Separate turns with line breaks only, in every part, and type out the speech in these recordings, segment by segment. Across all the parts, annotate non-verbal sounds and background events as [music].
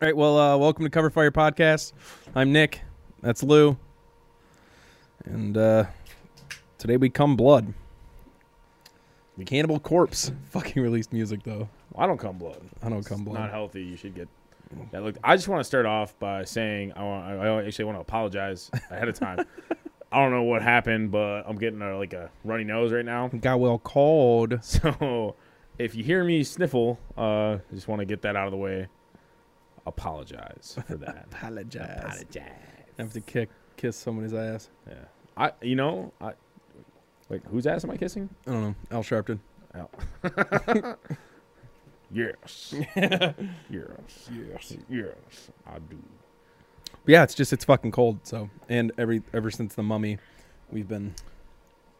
All right. Well, uh, welcome to Cover Fire Podcast. I'm Nick. That's Lou. And uh, today we come blood. Cannibal Corpse [laughs] fucking released music though.
I don't come blood.
I don't come
Not
blood.
healthy. You should get that looked. I just want to start off by saying I want. I actually want to apologize ahead
[laughs]
of time. I don't know what happened, but I'm getting a, like a runny nose right now. [laughs]
Got well called.
So if you hear me sniffle, uh, just want to get that out of the way. Apologize for that.
[laughs] Apologize.
apologize.
I have to kick kiss somebody's ass.
Yeah. I. You know. I. Like whose ass am I kissing?
I don't know. Al Sharpton.
Oh.
[laughs]
yes. yes.
Yes.
Yes. I do.
Yeah, it's just it's fucking cold. So and every ever since the Mummy, we've been.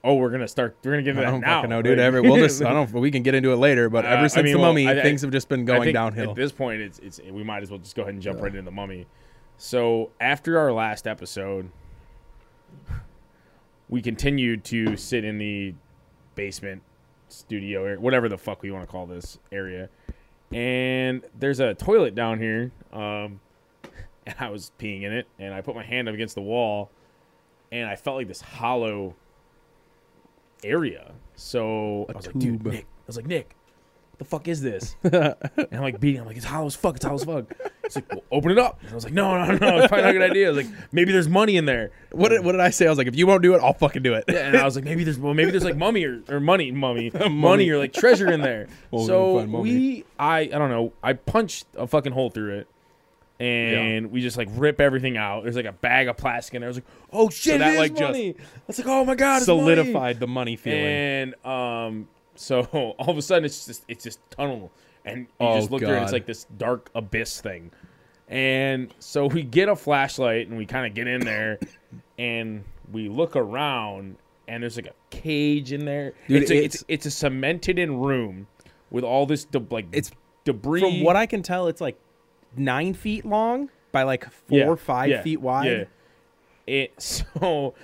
Oh, we're gonna start. We're gonna get
I
into that
don't
now.
fucking know, dude.
Like-
Every we'll just
[laughs]
I don't. We can get into it later, but
Uh, I
ever since
mean,
the
well,
Mummy,
I- I-
things have just been
I
going
think
downhill.
At this point, it's it's we might as well just go ahead and jump right into the mummy. So after our last episode, we continued to sit in the basement studio area, whatever the fuck we want to call this area, and there's a toilet down here, um, [laughs] and I was peeing in it, and I put my hand up against the wall, and I felt like this hollow area. So I was like, dude,
tube.
Nick. I was like, Nick, what the fuck is this? And I'm like beating. I'm like, it's hollow as fuck. It's hollow as fuck. It's like, well, open it up. And I was like, no, no, no. It's probably not a good idea. I was like, maybe there's money in there.
What did, what did I say? I was like, if you won't do it, I'll fucking do it.
[laughs] And I was like, maybe there's well, maybe there's like mummy or, or money, mummy,
[laughs] Mummy.
money or like treasure in there.
[laughs] Well, we didn't
so
find mummy.
we, I, I don't know. I punched a fucking hole through it, and we just like rip everything out. There's like a bag of plastic in there. I was like, oh shit,
that,
that
like,
like
just
money. That's like, oh my god, it's money.
Solidified the money feeling.
And um, so [laughs] all of a sudden it's just it's just tunnel, and you
Oh,
just look there, and
God.
it's like this dark abyss thing. And so we get a flashlight, and we kind of get in there, [coughs] and we look around, and there's like a cage in there.
Dude,
it's, a,
it's-
it's it's a cemented in room with all this de- like
It's-
debris.
From what I can tell, it's like nine feet long by like four
Yeah,
or five
yeah,
feet wide.
yeah. It [laughs] so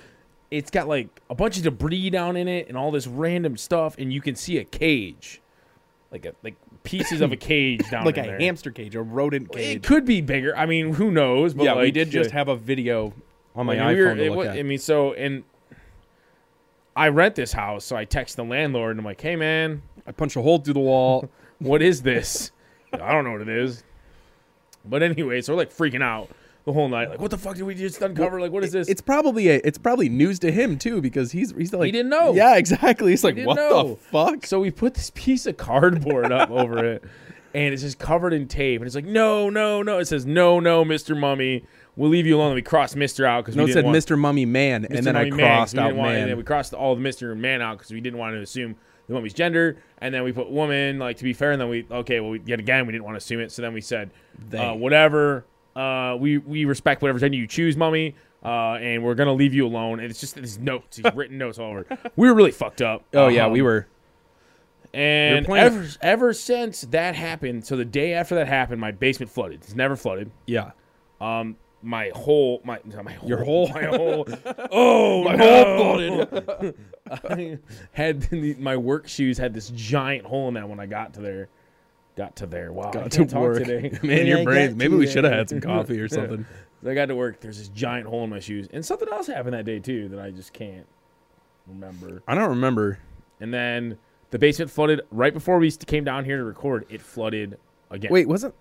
it's got like a bunch of debris down in it and all this random stuff, and you can see a cage, like a like pieces of a cage
[laughs]
down
Like a
in there.
hamster cage, a rodent
It
cage.
could be bigger. I mean, who knows? But
yeah, we
like,
did just
yeah.
have a video on my
I mean, we were-
iPhone to
it
look
wa-
at.
I mean, so and I rent this house, so I text the landlord and I'm like, "Hey, man,
I punched a hole through the [laughs] wall.
what
[laughs]
is this? I don't know what it is. But anyway, so we're like freaking out the whole night. Like, what the fuck did we just uncover? Like, what is this?
It's probably a, it's probably news to him too because he's he's like
He didn't know.
Yeah, exactly. He's like,
didn't
what the
know."
fuck?
So we put this piece of
[laughs]
cardboard up over it, and it's just covered in tape. And it's like, no, no, no. It says, no, no, Mister Mummy. We'll leave you alone. And we crossed Mister out because
No,
we
it
didn't
said
want
Mr. Mummy Man,
Mr.
and then I
Mummy Man, 'cause
crossed
we didn't
out
want- And
man.
then we crossed all the Mister Man out because we didn't want to assume the mummy's gender. And then we put woman. Like to be fair, and then we okay. Well, we, yet again, we didn't want to assume it. So then we said,
They.
uh, whatever. Uh, we we respect whatever gender you choose, Mummy. Uh, and we're gonna leave you alone. And it's just these notes, these written notes all over. We were really fucked up.
oh yeah, we
Um,
were.
and
Your plan-
ever ever since that happened, so the day after that happened, my basement flooded. It's never flooded.
Yeah,
Um, my whole my not my whole,
Your whole-
[laughs] my
[laughs]
whole oh my
whole
[laughs] flooded. had the, my work shoes had this giant hole in that when I got to there. Got to there. Wow, I
got to
can't talk
work.
today.
[laughs] Man,
I
your
got
brains.
to
Maybe we
there.
should have had some
[laughs]
coffee or something.
So I got to work. There's this giant hole in my shoes, and something else happened that day too that I just can't remember.
I don't remember.
And then the basement flooded right before we st- came down here to record. It flooded again.
Wait, wasn't?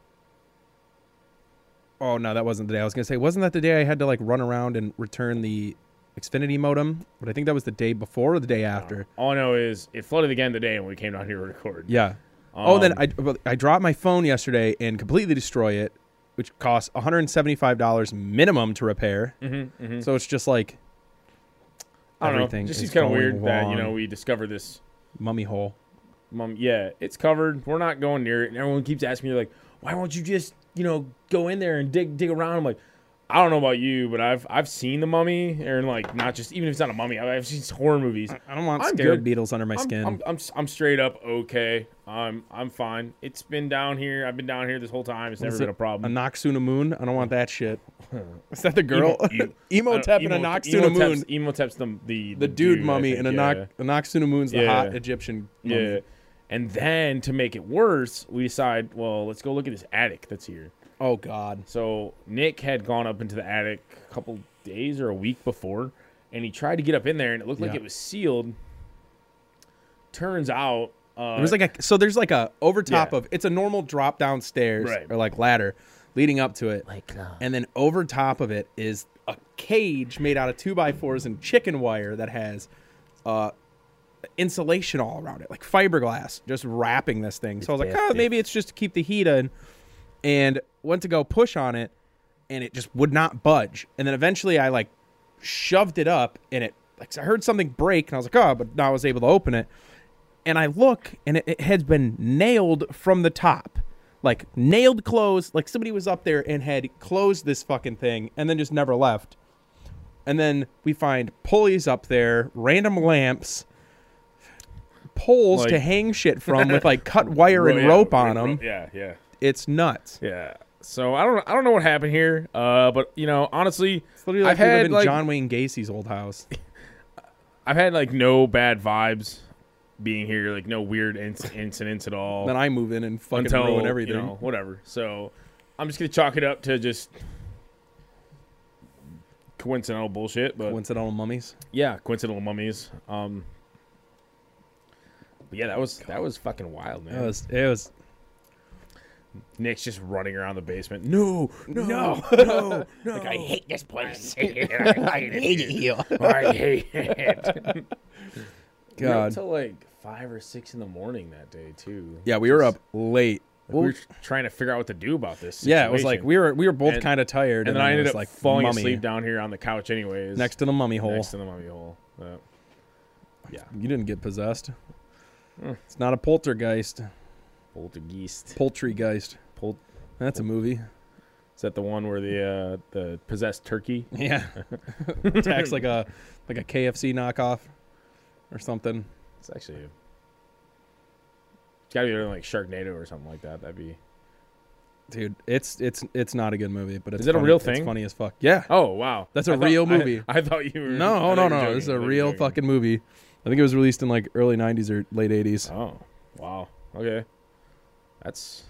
Oh no, that wasn't the day. I was gonna say, wasn't that the day I had to like run around and return the Xfinity modem? But I think that was the day before or the day after.
All I know is it flooded again today when we came down here to record.
Yeah. oh, then
Um,
I well, I dropped my phone yesterday and completely destroy it, which costs one hundred and seventy five dollars minimum to repair.
Mm-hmm, mm-hmm.
So it's just like
I don't know.
everything
It Just
is
seems kind of
going
weird that you
wrong.
know we discovered this.
mummy hole.
Mom, yeah, it's covered. We're not going near it. And everyone keeps asking me like, why won't you just you know go in there and dig dig around? I'm like. I don't know about you, but I've I've seen the mummy, and like not just even if it's not a mummy, I- I've seen horror movies.
I don't want
I'm
scared
good.
beetles under my
I'm,
skin.
I'm, I'm, s- I'm straight up okay. I'm I'm fine. It's been down here. I've been down here this whole time. It's never
Is
been
it
a problem.
A Noxuna Moon. I don't want that shit. [laughs] Is that the girl?
Emo-
[laughs] Emo Tep and a Noxuna Moon.
Emotep's the, the
The dude,
I
mummy
think,
and a
yeah.
Nox Noxuna Moon's the
Yeah.
hot Egyptian mummy.
Yeah. And then to make it worse, we decide, well, let's go look at this attic that's here.
Oh God.
So Nick had gone up into the attic a couple days or a week before, and he tried to get up in there, and it looked like
Yeah.
it was sealed. Turns out, uh,
It was like a so there's like a over top
Yeah.
of it's a normal drop downstairs
Right.
or like ladder leading up to it. and then over top of it is a cage made out of two by fours and chicken wire that has uh insulation all around it, like fiberglass, just wrapping this thing. So I was like, oh,
nasty.
maybe it's just to keep the heat in. And went to go push on it and it just would not budge. And then eventually I like shoved it up and it like I heard something break and I was like, oh, but now I was able to open it. And I look and it, it has been nailed from the top. Like nailed closed, like somebody was up there and had closed this fucking thing and then just never left. And then we find pulleys up there, random lamps, poles to
Like-
hang shit from with [laughs] like cut wire
Oh,
and rope on them.
Yeah, yeah,
It's nuts.
yeah. So I don't, I don't know what happened here, uh, but you know, honestly,
It's literally like
I've
we live
had
in
like,
John Wayne Gacy's old house.
I've had like no bad vibes being here, like no weird inc- incidents at
[laughs]
all.
then I move in and fucking
until
ruin everything.
You know, whatever. So I'm just gonna chalk it up to just coincidental bullshit, but
Coincidental mummies.
yeah, coincidental mummies. Um, but yeah, that was that was fucking wild, man.
It was. It was.
Nick's just running around the basement. No, no,
[laughs] No, no, no.
I hate this
[laughs]
place. I
[laughs]
hate it here.
I hate it. We were up
God.
till like five or six in the morning that day too.
Yeah, we were up late.
Like, we were trying to figure out what to do about this.
yeah, it was like
situation.
we were we were both
And-
kind of tired,
and then I
it
ended
was
up
like
falling
mummy
asleep down here on the couch, anyways.
next to the mummy hole.
next to the mummy hole. Yeah.
you didn't get possessed.
Hmm.
It's not a poltergeist.
Poltergeist.
Poultrygeist.
Pol-
That's a
[laughs]
movie.
is that the one where the uh, the possessed turkey?
[laughs] Yeah, attacks like a like a KFC knockoff or something.
It's actually. It's gotta be like Sharknado or something like that. That'd be.
Dude, it's it's it's not a good movie, but it's
it a
funny-
real
It's
thing?
funny as fuck. Yeah.
Oh wow,
That's a
I thought-
real
I-
movie.
[laughs] I, thought you were. [laughs] I
No,
thought
no,
you were
no.
joking.
This is
I
a
thought you were
real
joking.
fucking movie. I think it was released in like early '90s or late '80s.
Oh wow. Okay. That's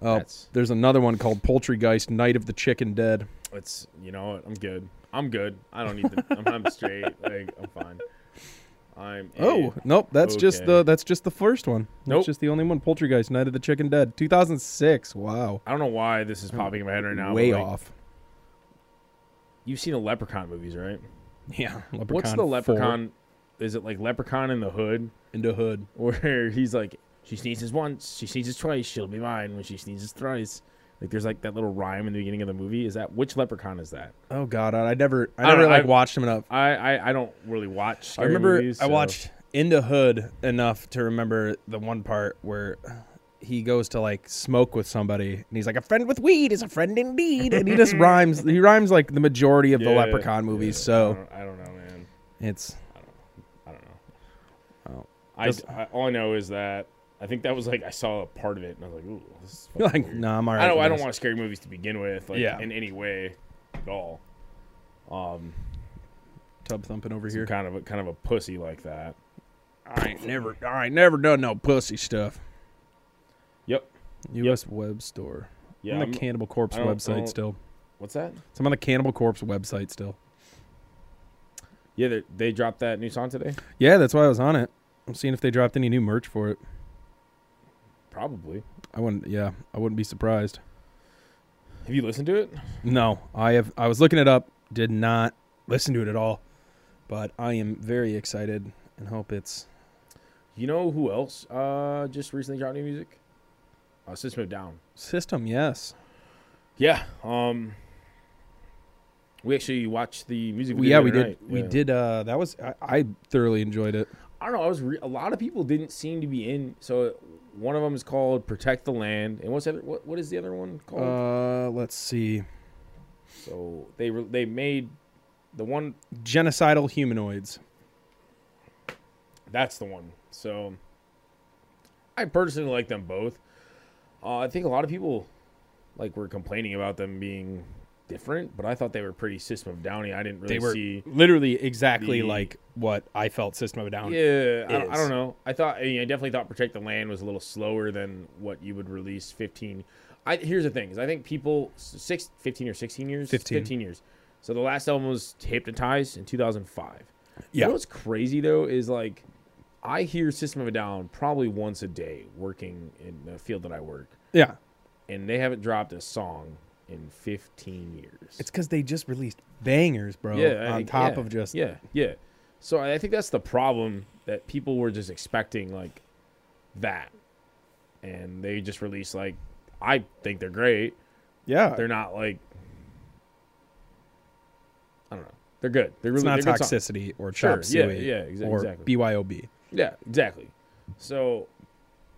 Oh,
that's
there's another one called Poultrygeist: Night of the Chicken Dead.
it's you know what I'm good. I'm good. I don't need to. I'm, I'm straight. Like I'm fine. I'm. a-
Oh, nope. That's just the
Okay.
that's just the first one. That's
Nope.
just the only one. Poultrygeist: Night of the Chicken Dead, 2006. Wow.
I don't know why this is popping in my head right now. but,
Way
like, [laughs]
off.
You've seen the Leprechaun movies, right?
Yeah. Leprechaun
What's the
four.
Leprechaun? Is it like Leprechaun in the Hood, [laughs]
into hood?
where he's like, she sneezes once, she sneezes twice, she'll be mine when she sneezes thrice. Like there's like that little rhyme in the beginning of the movie. Is that which Leprechaun is that?
Oh God, I I never I
I don't
never
know,
like
I-
watched him enough.
I I, I don't really watch. Scary
I remember
movies,
I
so-
watched Into Hood enough to remember the one part where he goes to like smoke with somebody and he's like a friend with weed is a friend indeed and he
[laughs]
just rhymes he rhymes like the majority of the
Yeah,
leprechaun movies
yeah, Uh-huh.
so
I don't, I don't know, man.
it's
I don't know.
Oh,
I,
just-
I all I know is that I think that was like I saw a part of it and I was like, ooh,
[laughs]
this is
you're
fucking
like
weird.
no I'm alright
I don't.
with
I don't
this."
watch scary movies to begin with, like
Yeah.
in any way at all. Um,
tub thumping over
you're
here
kind of a kind of a pussy like that.
I ain't never I ain't never done no pussy stuff
Yep.
U.S. web store
Yeah.
I'm on
I'm-
the Cannibal Corpse
I don't- I
website
don't-
still
what's that?
so I'm on the Cannibal Corpse website still
Yeah, they, they dropped that new song today.
yeah that's why I was on it I'm seeing if they dropped any new merch for it
Probably.
I wouldn't yeah I wouldn't be surprised.
Have you listened to it?
No, I have. I was looking it up. Did not listen to it at all, but I am very excited and hope it's.
You know who else uh, just recently dropped new music? Uh, System of a Down.
System, yes.
Yeah. Um. We actually watched the music
We, yeah,
video. the
we
other
did.
night.
We
Yeah.
did. Uh, that was. I, I thoroughly enjoyed it.
I don't know. I was re- a lot of people didn't seem to be in. So one of them is called "Protect the Land," and what's the other? What, what is the other one called?
Uh, let's see.
so they re- they made the one.
Genocidal humanoids.
That's the one. So I personally like them both. Uh, I think a lot of people like were complaining about them being different, but I thought they were pretty System of Downy. I didn't really
They were
see.
literally exactly
the-
like what I felt. System of a Down.
Yeah, I, I
is.
don't know. I thought I, mean, I definitely thought "Protect the Land" was a little slower than what you would release. Fifteen. I here's the thing is I think people s- six, 15 or 16 years
15.
years. So the last album was Hypnotized in 2005.
Yeah.
You know what's crazy though is like I hear System of a Down probably once a day working in the field that I work
Yeah.
and they haven't dropped a song in 15 years.
It's because they just released bangers, bro.
yeah,
on
I-
top
yeah,
of just
yeah, yeah. So I I think that's the problem that people were just expecting like that, and they just release like I think they're great.
yeah.
They're not like I don't know. They're good. They're
it's
really
not
they're good songs.
toxicity or chop
Sure, yeah,
suey
yeah, exa-
or
exactly.
BYOB.
Yeah, exactly. So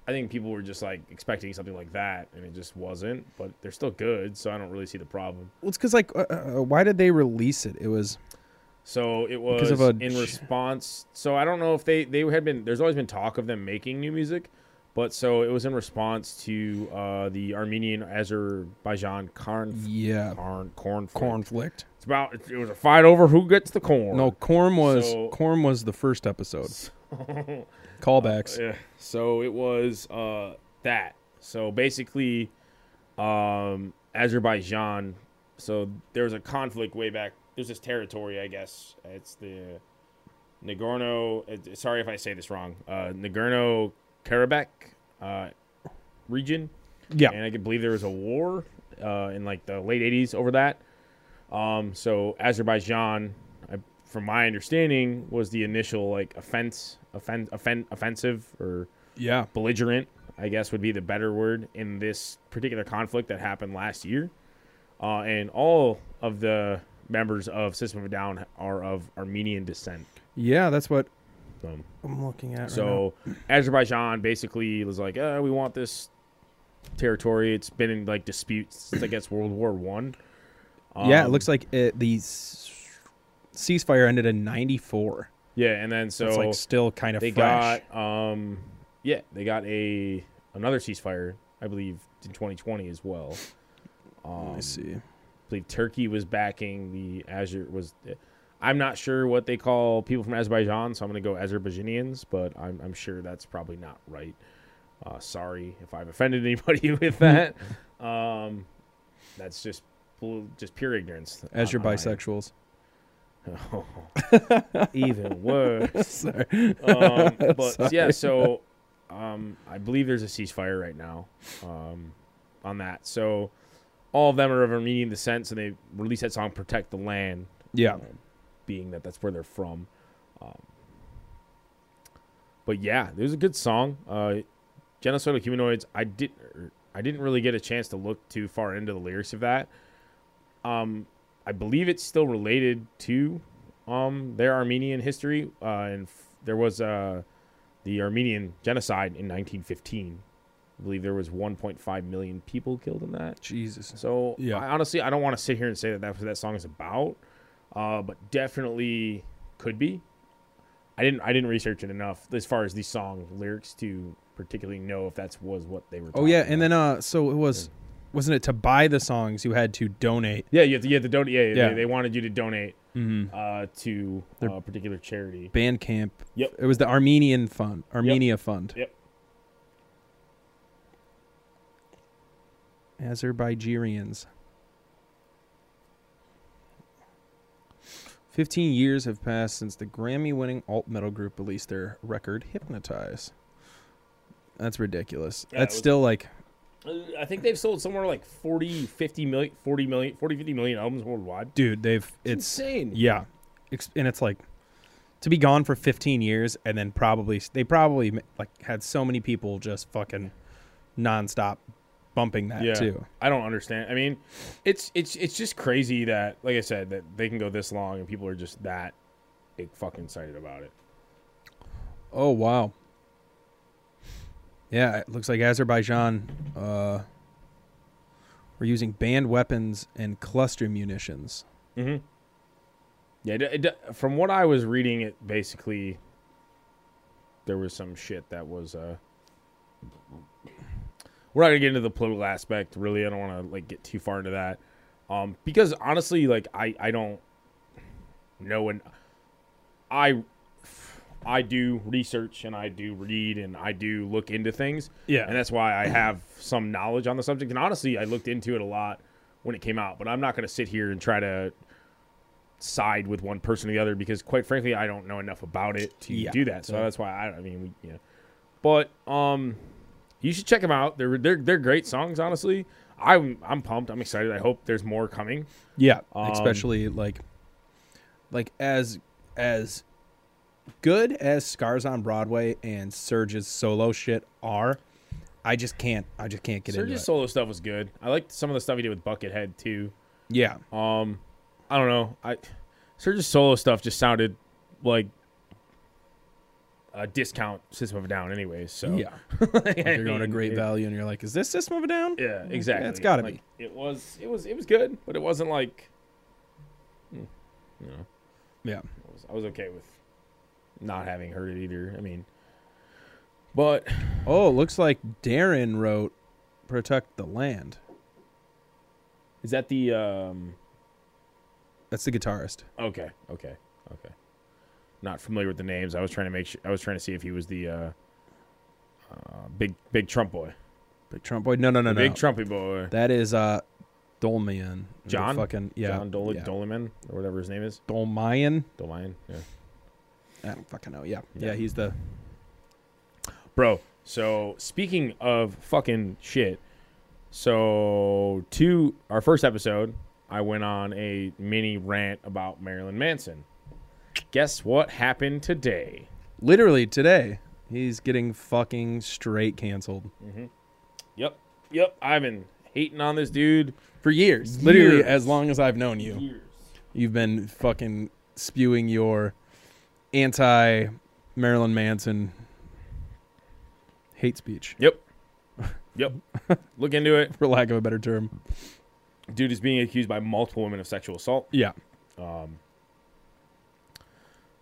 I think people were just like expecting something like that, and it just wasn't. But they're still good, so I don't really see the problem.
Well, it's because like, uh, uh, why did they release it? It was
So it was
Because of a-
in response. So I don't know if they they had been. There's always been talk of them making new music, but so it was in response to uh, the Armenian Azerbaijan corn
yeah,
corn corn fight.
cornflicked.
It's about it was a fight over who gets the corn.
No, corn was
So-
corn was the first episode.
[laughs]
Callbacks.
Yeah. So it was uh, that. So basically, um, Azerbaijan. So there was a conflict way back. There's this territory, I guess. It's the Nagorno. uh, Sorry if I say this wrong. Uh, Nagorno Karabakh uh, region
Yeah,
and I can believe there was a war uh, in like the late '80s over that. Um, so Azerbaijan, I, from my understanding, was the initial like offense, offen- offen- offensive or
yeah,
belligerent, I guess would be the better word in this particular conflict that happened last year. Uh, and all of the members of System of a Down are of Armenian descent.
yeah. That's what
So-
I'm looking at. right now.
so Azerbaijan basically was like, uh, we want this territory. It's been in like disputes since I guess World War One.
yeah, it looks like it, the s- ceasefire ended in '94.
Yeah, and then so
It's like still kind of
they
fresh.
got um yeah, they got a another ceasefire, I believe, in twenty twenty as well. Um,
Let me see.
I believe Turkey was backing the Azure was I'm not sure what they call people from Azerbaijan, so I'm going to go Azerbaijanians, but I'm, I'm sure that's probably not right. Uh, sorry if I've offended anybody [laughs] with that.
Mm-hmm.
um, that's just pu- just pure ignorance.
As your
on- on my end.
bisexuals. [laughs]
[laughs] Even worse.
Sorry.
Um, but yeah, so um, I believe there's a ceasefire right now um, on that. So all of them are of Armenian descent, so they released that song "Protect the Land."
Yeah.
um, being that that's where they're from. Um, but yeah, it was a good song. Uh, Genocidal humanoids. I didn't. er, I didn't really get a chance to look too far into the lyrics of that. Um, I believe it's still related to um their Armenian history. Uh, and f- there was uh the Armenian genocide in 1915. I believe there was 1.5 million people killed in that.
Jesus.
So
Yeah.
I, honestly, I don't want to sit here and say that that's what that song is about, uh, but definitely could be. I didn't I didn't research it enough as far as the song lyrics to particularly know if that's was what they were.
Oh yeah,
talking
and
about.
then uh, so it was, wasn't it to buy the songs you had to donate?
yeah, you had to, you had to donate. Yeah, yeah.
Yeah.
They, they wanted you to donate
Mm-hmm.
uh, to
Their-
a particular charity.
Bandcamp.
Yep.
It was the Armenian Fund, Armenia Fund.
Yep.
Azerbaijans. 15 years have passed since the Grammy winning alt metal group released their record Hypnotize. That's ridiculous.
Yeah, it
That's
was-
still like
Uh, I think they've sold somewhere like 40, 50 million, 40 million, 40, 50 million albums worldwide.
dude, they've it's
insane.
yeah. Ex- And it's like to be gone for 15 years and then probably they probably like had so many people just fucking nonstop bumping that too.
I don't understand. I mean, it's it's it's just crazy that, like I said, that they can go this long and people are just that like, fucking excited about it.
Oh wow. Yeah, it looks like Azerbaijan uh, were using banned weapons and cluster munitions.
Yeah, it, it- from what I was reading, it basically there was some shit that was. uh We're not gonna get into the political aspect, really. I don't want to like get too far into that, um, because honestly, like I I don't know when I I do research and I do read and I do look into things.
Yeah.
And that's why I have some knowledge on the subject. And honestly, I looked into it a lot when it came out, but I'm not going to sit here and try to side with one person or the other because, quite frankly, I don't know enough about it to
Yeah.
do that. So that's why I, I mean, we, yeah. But um, you should check them out. They're they're they're great songs. Honestly, I'm I'm pumped. I'm excited. I hope there's more coming.
Yeah,
Um,
especially like, like as as good as Scars on Broadway and Surge's solo shit are, I just can't. I just can't get into
Serge's
it.
solo stuff was good. I liked some of the stuff he did with Buckethead too.
yeah,
Um, I don't know. I Serge's solo stuff just sounded like a discount System of a Down, anyways. So
yeah.
Like, I
You're going
[laughs]
to
mean,
Great
it-
Value, and you're like, is this System of a Down?
Yeah, exactly.
it's gotta
Like, It was. It was. It was good, but it wasn't like. mm, You know,
Yeah,
I was, I was okay with not having heard it either. I mean, but
Oh, it looks like Darren wrote "Protect the Land."
is that the um?
That's the guitarist.
Okay, okay, okay. Not familiar with the names. I was trying to make sure. I was trying to see if he was the uh, uh big big Trump boy,
Big Trump boy. No, no, no,
The
no.
big Trumpy boy,
That is uh, Dolmayan. The
John?
Fucking yeah.
John Dol-
yeah.
Doleman or whatever his name is,
Dolmayan.
Dolion. Yeah,
I don't fucking know. Yeah.
Yeah.
yeah, He's the
bro. So speaking of fucking shit, so to our first episode, I went on a mini rant about Marilyn Manson. Guess what happened today?
literally today. He's getting fucking straight canceled
Yep, yep. I've been hating on this dude.
for years. Literally,
Years.
as long as I've known you, you've been fucking spewing your anti Marilyn Manson hate speech, [laughs]
[laughs] Yep. Yep. Look into it.
for lack of a better term.
Dude is being accused by multiple women of sexual assault.
Yeah.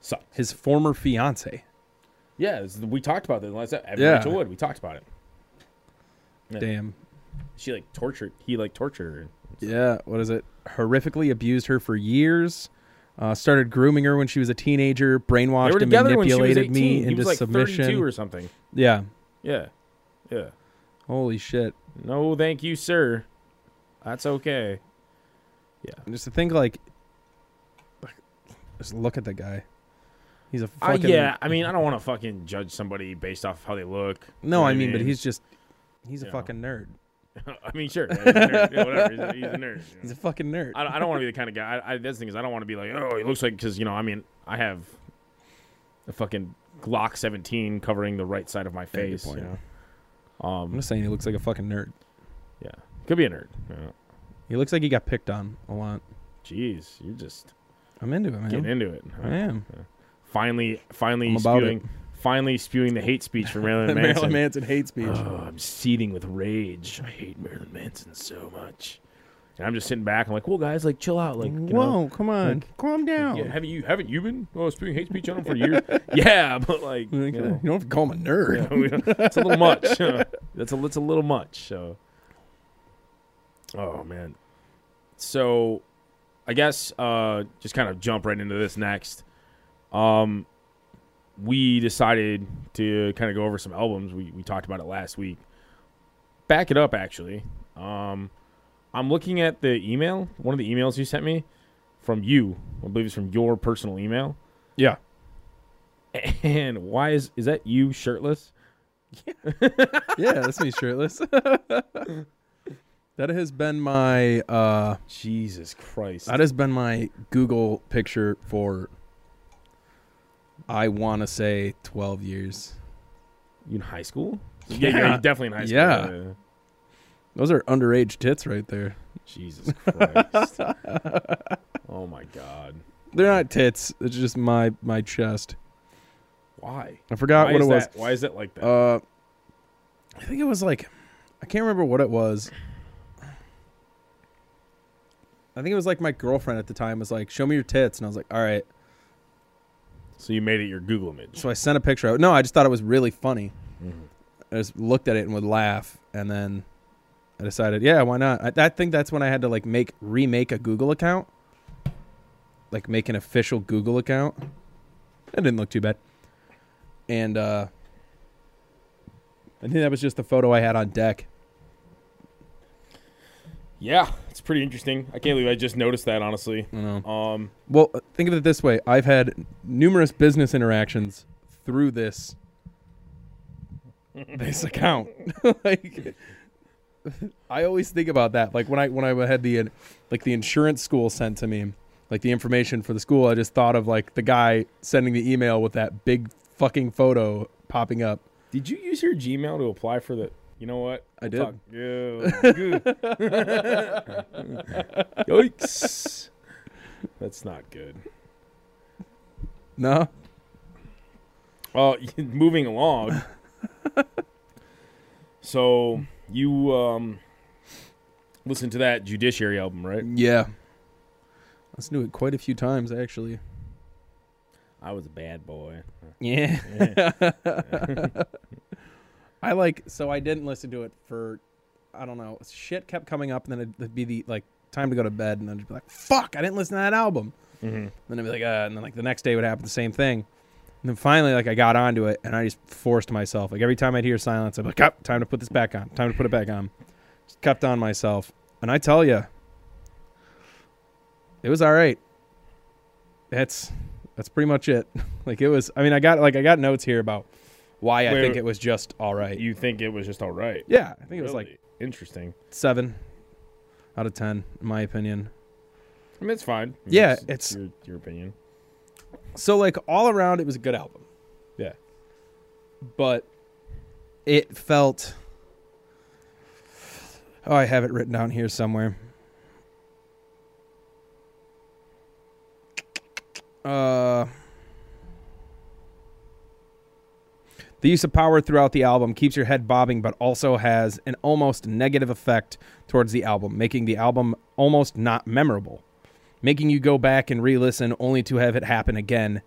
So,
His former fiance.
yeah, this is- we talked about this last episode.
Yeah.
Rachel Wood, we talked about it.
Damn.
She like tortured. He like tortured
Yeah. What is it? Horrifically abused her for years. Uh, started grooming her when she was a teenager.
her. They
Brainwashed
were
and
together when she was
manipulated
18.
me
he
into
was like
submission.
32 or something.
yeah.
Yeah. Yeah.
Holy shit.
No, thank you, sir. That's okay.
And just to think, like, just look at the guy. He's a
Uh,
fucking.
yeah, I mean,
[laughs]
I don't want to fucking judge somebody based off how they look. You know
No,
what
I mean, but
[laughs]
he's just. He's a
You know.
fucking nerd.
I mean, sure. yeah, he's a nerd. Yeah, whatever. He's a, he's a nerd. you know.
[laughs] He's a fucking nerd.
Mm. I, don't- I don't want to be the kind of guy. I, I, that's the thing is, I don't want to be like, oh, he looks like because you know, I mean, I have a fucking Glock 17 covering the right side of my
Yeah, good
face.
point.
you know?
I'm
Um,
just saying he looks like a fucking nerd.
yeah, could be a nerd. you know.
He looks like he got picked on a lot.
Jeez, you're just
I'm into it, man.
getting into it. huh?
I am.
Finally, finally
I'm about
spewing, finally spewing the hate speech for [laughs] Marilyn
[laughs]
Manson.
Marilyn Manson hate speech.
Oh, I'm seething with rage. I hate Marilyn Manson so much. And I'm just sitting back. I'm like, well, guys, like, chill out. Like, you know,
Whoa, come on. Calm down.
Yeah, haven't you haven't you been oh, spewing hate speech on him for years? yeah, [laughs] but like you
Like, uh,
know,
[laughs] You don't have to call him a
[laughs]
nerd.
you know, we don't- it's a little much. [laughs] that's a that's a little much. So, oh man. So, I guess uh, just kind of jump right into this next. Um, we decided to kind of go over some albums. We we talked about it last week. Back it up, actually. Um, I'm looking at the email. One of the emails you sent me from you. I believe it's from your personal email. [laughs]
Yeah.
And why is is that you shirtless?
Yeah, that's me shirtless. [laughs] that has been my uh
Jesus Christ.
that has been my Google picture for I want to say 12 years.
You in high school? Yeah, yeah, you're definitely in high school.
Yeah. Those are underage tits right there.
Jesus Christ. [laughs] oh my God.
They're not tits. It's just my my chest.
Why?
I forgot
Why
what
is
it was.
That? Why is it like that?
Uh, I think it was like, I can't remember what it was. I think it was like my girlfriend at the time was like, "Show me your tits," and I was like, "All right."
so you made it your Google image. Mm-hmm.
So I sent a picture. out. No, I just thought it was really funny. I just looked at it and would laugh, and then I decided, yeah, why not? I, I think that's when I had to like make remake a Google account, like make an official Google account. It didn't look too bad, and uh, I think that was just the photo I had on deck.
Yeah, it's pretty interesting. I can't believe I just noticed that. Honestly,
You know.
um,
Well, uh, think of it this way: I've had numerous business interactions through this this account. [laughs] like, I always think about that. Like when I when I had the uh, like the insurance school sent to me, like the information for the school, I just thought of like the guy sending the email with that big fucking photo popping up.
did you use your Gmail to apply for the? You know what?
I did.
Fuck. Yeah, good. [laughs] [laughs] Yikes! That's not good.
No,
Uh, [laughs] moving along.
[laughs]
so you um, listen to that Judiciary album, right?
yeah. Let's do it quite a few times actually.
I was a bad boy.
Yeah.
[laughs]
I like so I didn't listen to it for I don't know shit kept coming up and then it'd, it'd be the like time to go to bed and then I'd be like fuck I didn't listen to that album
Mm-hmm.
then I'd be like uh, and then like the next day would happen the same thing and then finally like I got onto it and I just forced myself like every time I'd hear silence I'd be like up time to put this back on time to put it back on just kept on myself and I tell you it was all right that's that's pretty much it [laughs] like it was I mean I got like I got notes here about why I
Wait,
think
wait.
it was just all right
You think it was just all right?
yeah, I think it was like
interesting.
seven out of ten, in my opinion.
I mean, it's fine. I mean,
Yeah, it's-
your, your opinion.
So like all around, it was a good album,
Yeah,
but it felt. Oh, I have it written down here somewhere. Uh, the use of power throughout the album keeps your head bobbing, but also has an almost negative effect towards the album, making the album almost not memorable. making you go back and re listen only to have it happen again.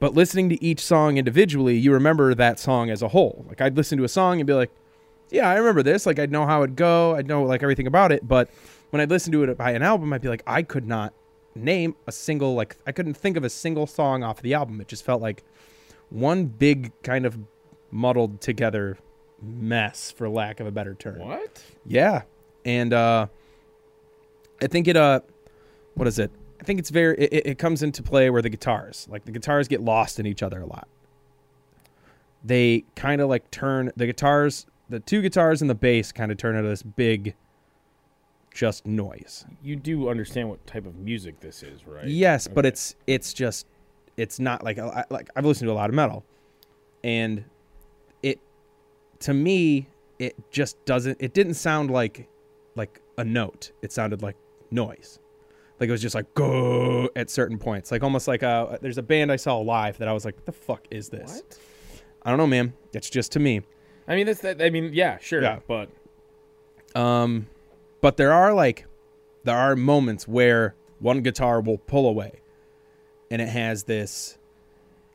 But listening to each song individually, you remember that song as a whole. Like I'd listen to a song and be like, yeah, I remember this. Like I'd know how it'd go. I'd know like everything about it. But when I'd listen to it by an album, I'd be like, I could not name a single, like I couldn't think of a single song off the album. It just felt like one big kind of muddled together mess, for lack of a better term.
what?
Yeah, and uh, I think it uh, what is it? I think it's very. It, it- it comes into play where the guitars, like the guitars, get lost in each other a lot. They kind of like turn the guitars, the two guitars and the bass, kind of turn into this big, just noise.
You do understand what type of music this is, right?
Yes, but
Okay.
it's it's just it's not like I- like I've listened to a lot of metal, and it to me it just doesn't it didn't sound like like a note. It sounded like noise. Like it was just like go at certain points. Like almost like uh there's a band I saw live that I was like the fuck is this?
What?
I don't know, man. It's just to me.
I mean, that's that. I mean, yeah, sure.
Yeah.
But
Um, but there are like, there are moments where one guitar will pull away, and it has this.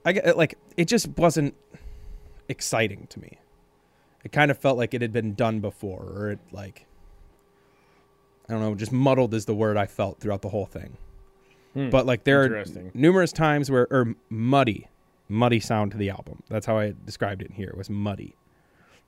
I get like it just wasn't exciting to me. It kind of felt like it had been done before, or it like. I don't know, just muddled is the word I felt throughout the whole thing.
Hmm,
But like there are
interesting.
numerous times where or muddy, muddy sound to the album. That's how I described it in here. It was muddy.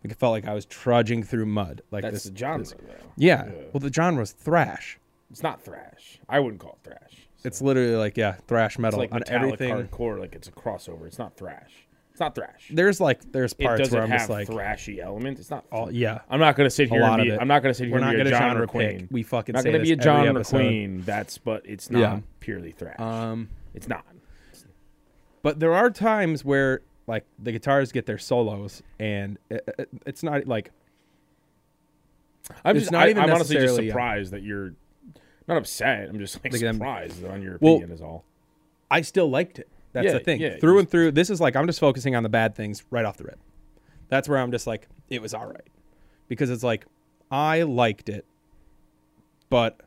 Like it felt like I was trudging through mud. Like
that's
this
the genre,
this-
though.
yeah.
Yeah.
Well, the genre's thrash.
It's not thrash. I wouldn't call it thrash.
It's literally like yeah, thrash
It's
metal
like
on
metallic
everything.
hardcore. Like it's a crossover. It's not thrash. It's not thrash.
There's like there's
It
parts where
doesn't
I'm
have
just like
thrashy elements. It's not.
all, yeah.
I'm not gonna sit
A
here
lot
and
of
be.
it.
I'm not gonna sit here
We're
and
not
be a
gonna
genre,
genre
queen.
pick. We fucking
not
say
gonna be a
this every
genre
episode.
queen. That's but it's not
Yeah.
purely thrash.
Um,
it's not.
but there are times where like the guitars get their solos and it, it- it's not like
I'm
it's
just.
not
I,
even
I'm honestly just
necessarily, yeah.
surprised that you're not upset. I'm just like
Like, I'm-
surprised on your
Well,
opinion is all.
I still liked it. That's
Yeah,
the thing.
yeah,
through
you-
and through, this is like I'm just focusing on the bad things right off the rip. That's where I'm just like, it was all right. Because it's like, I liked it, but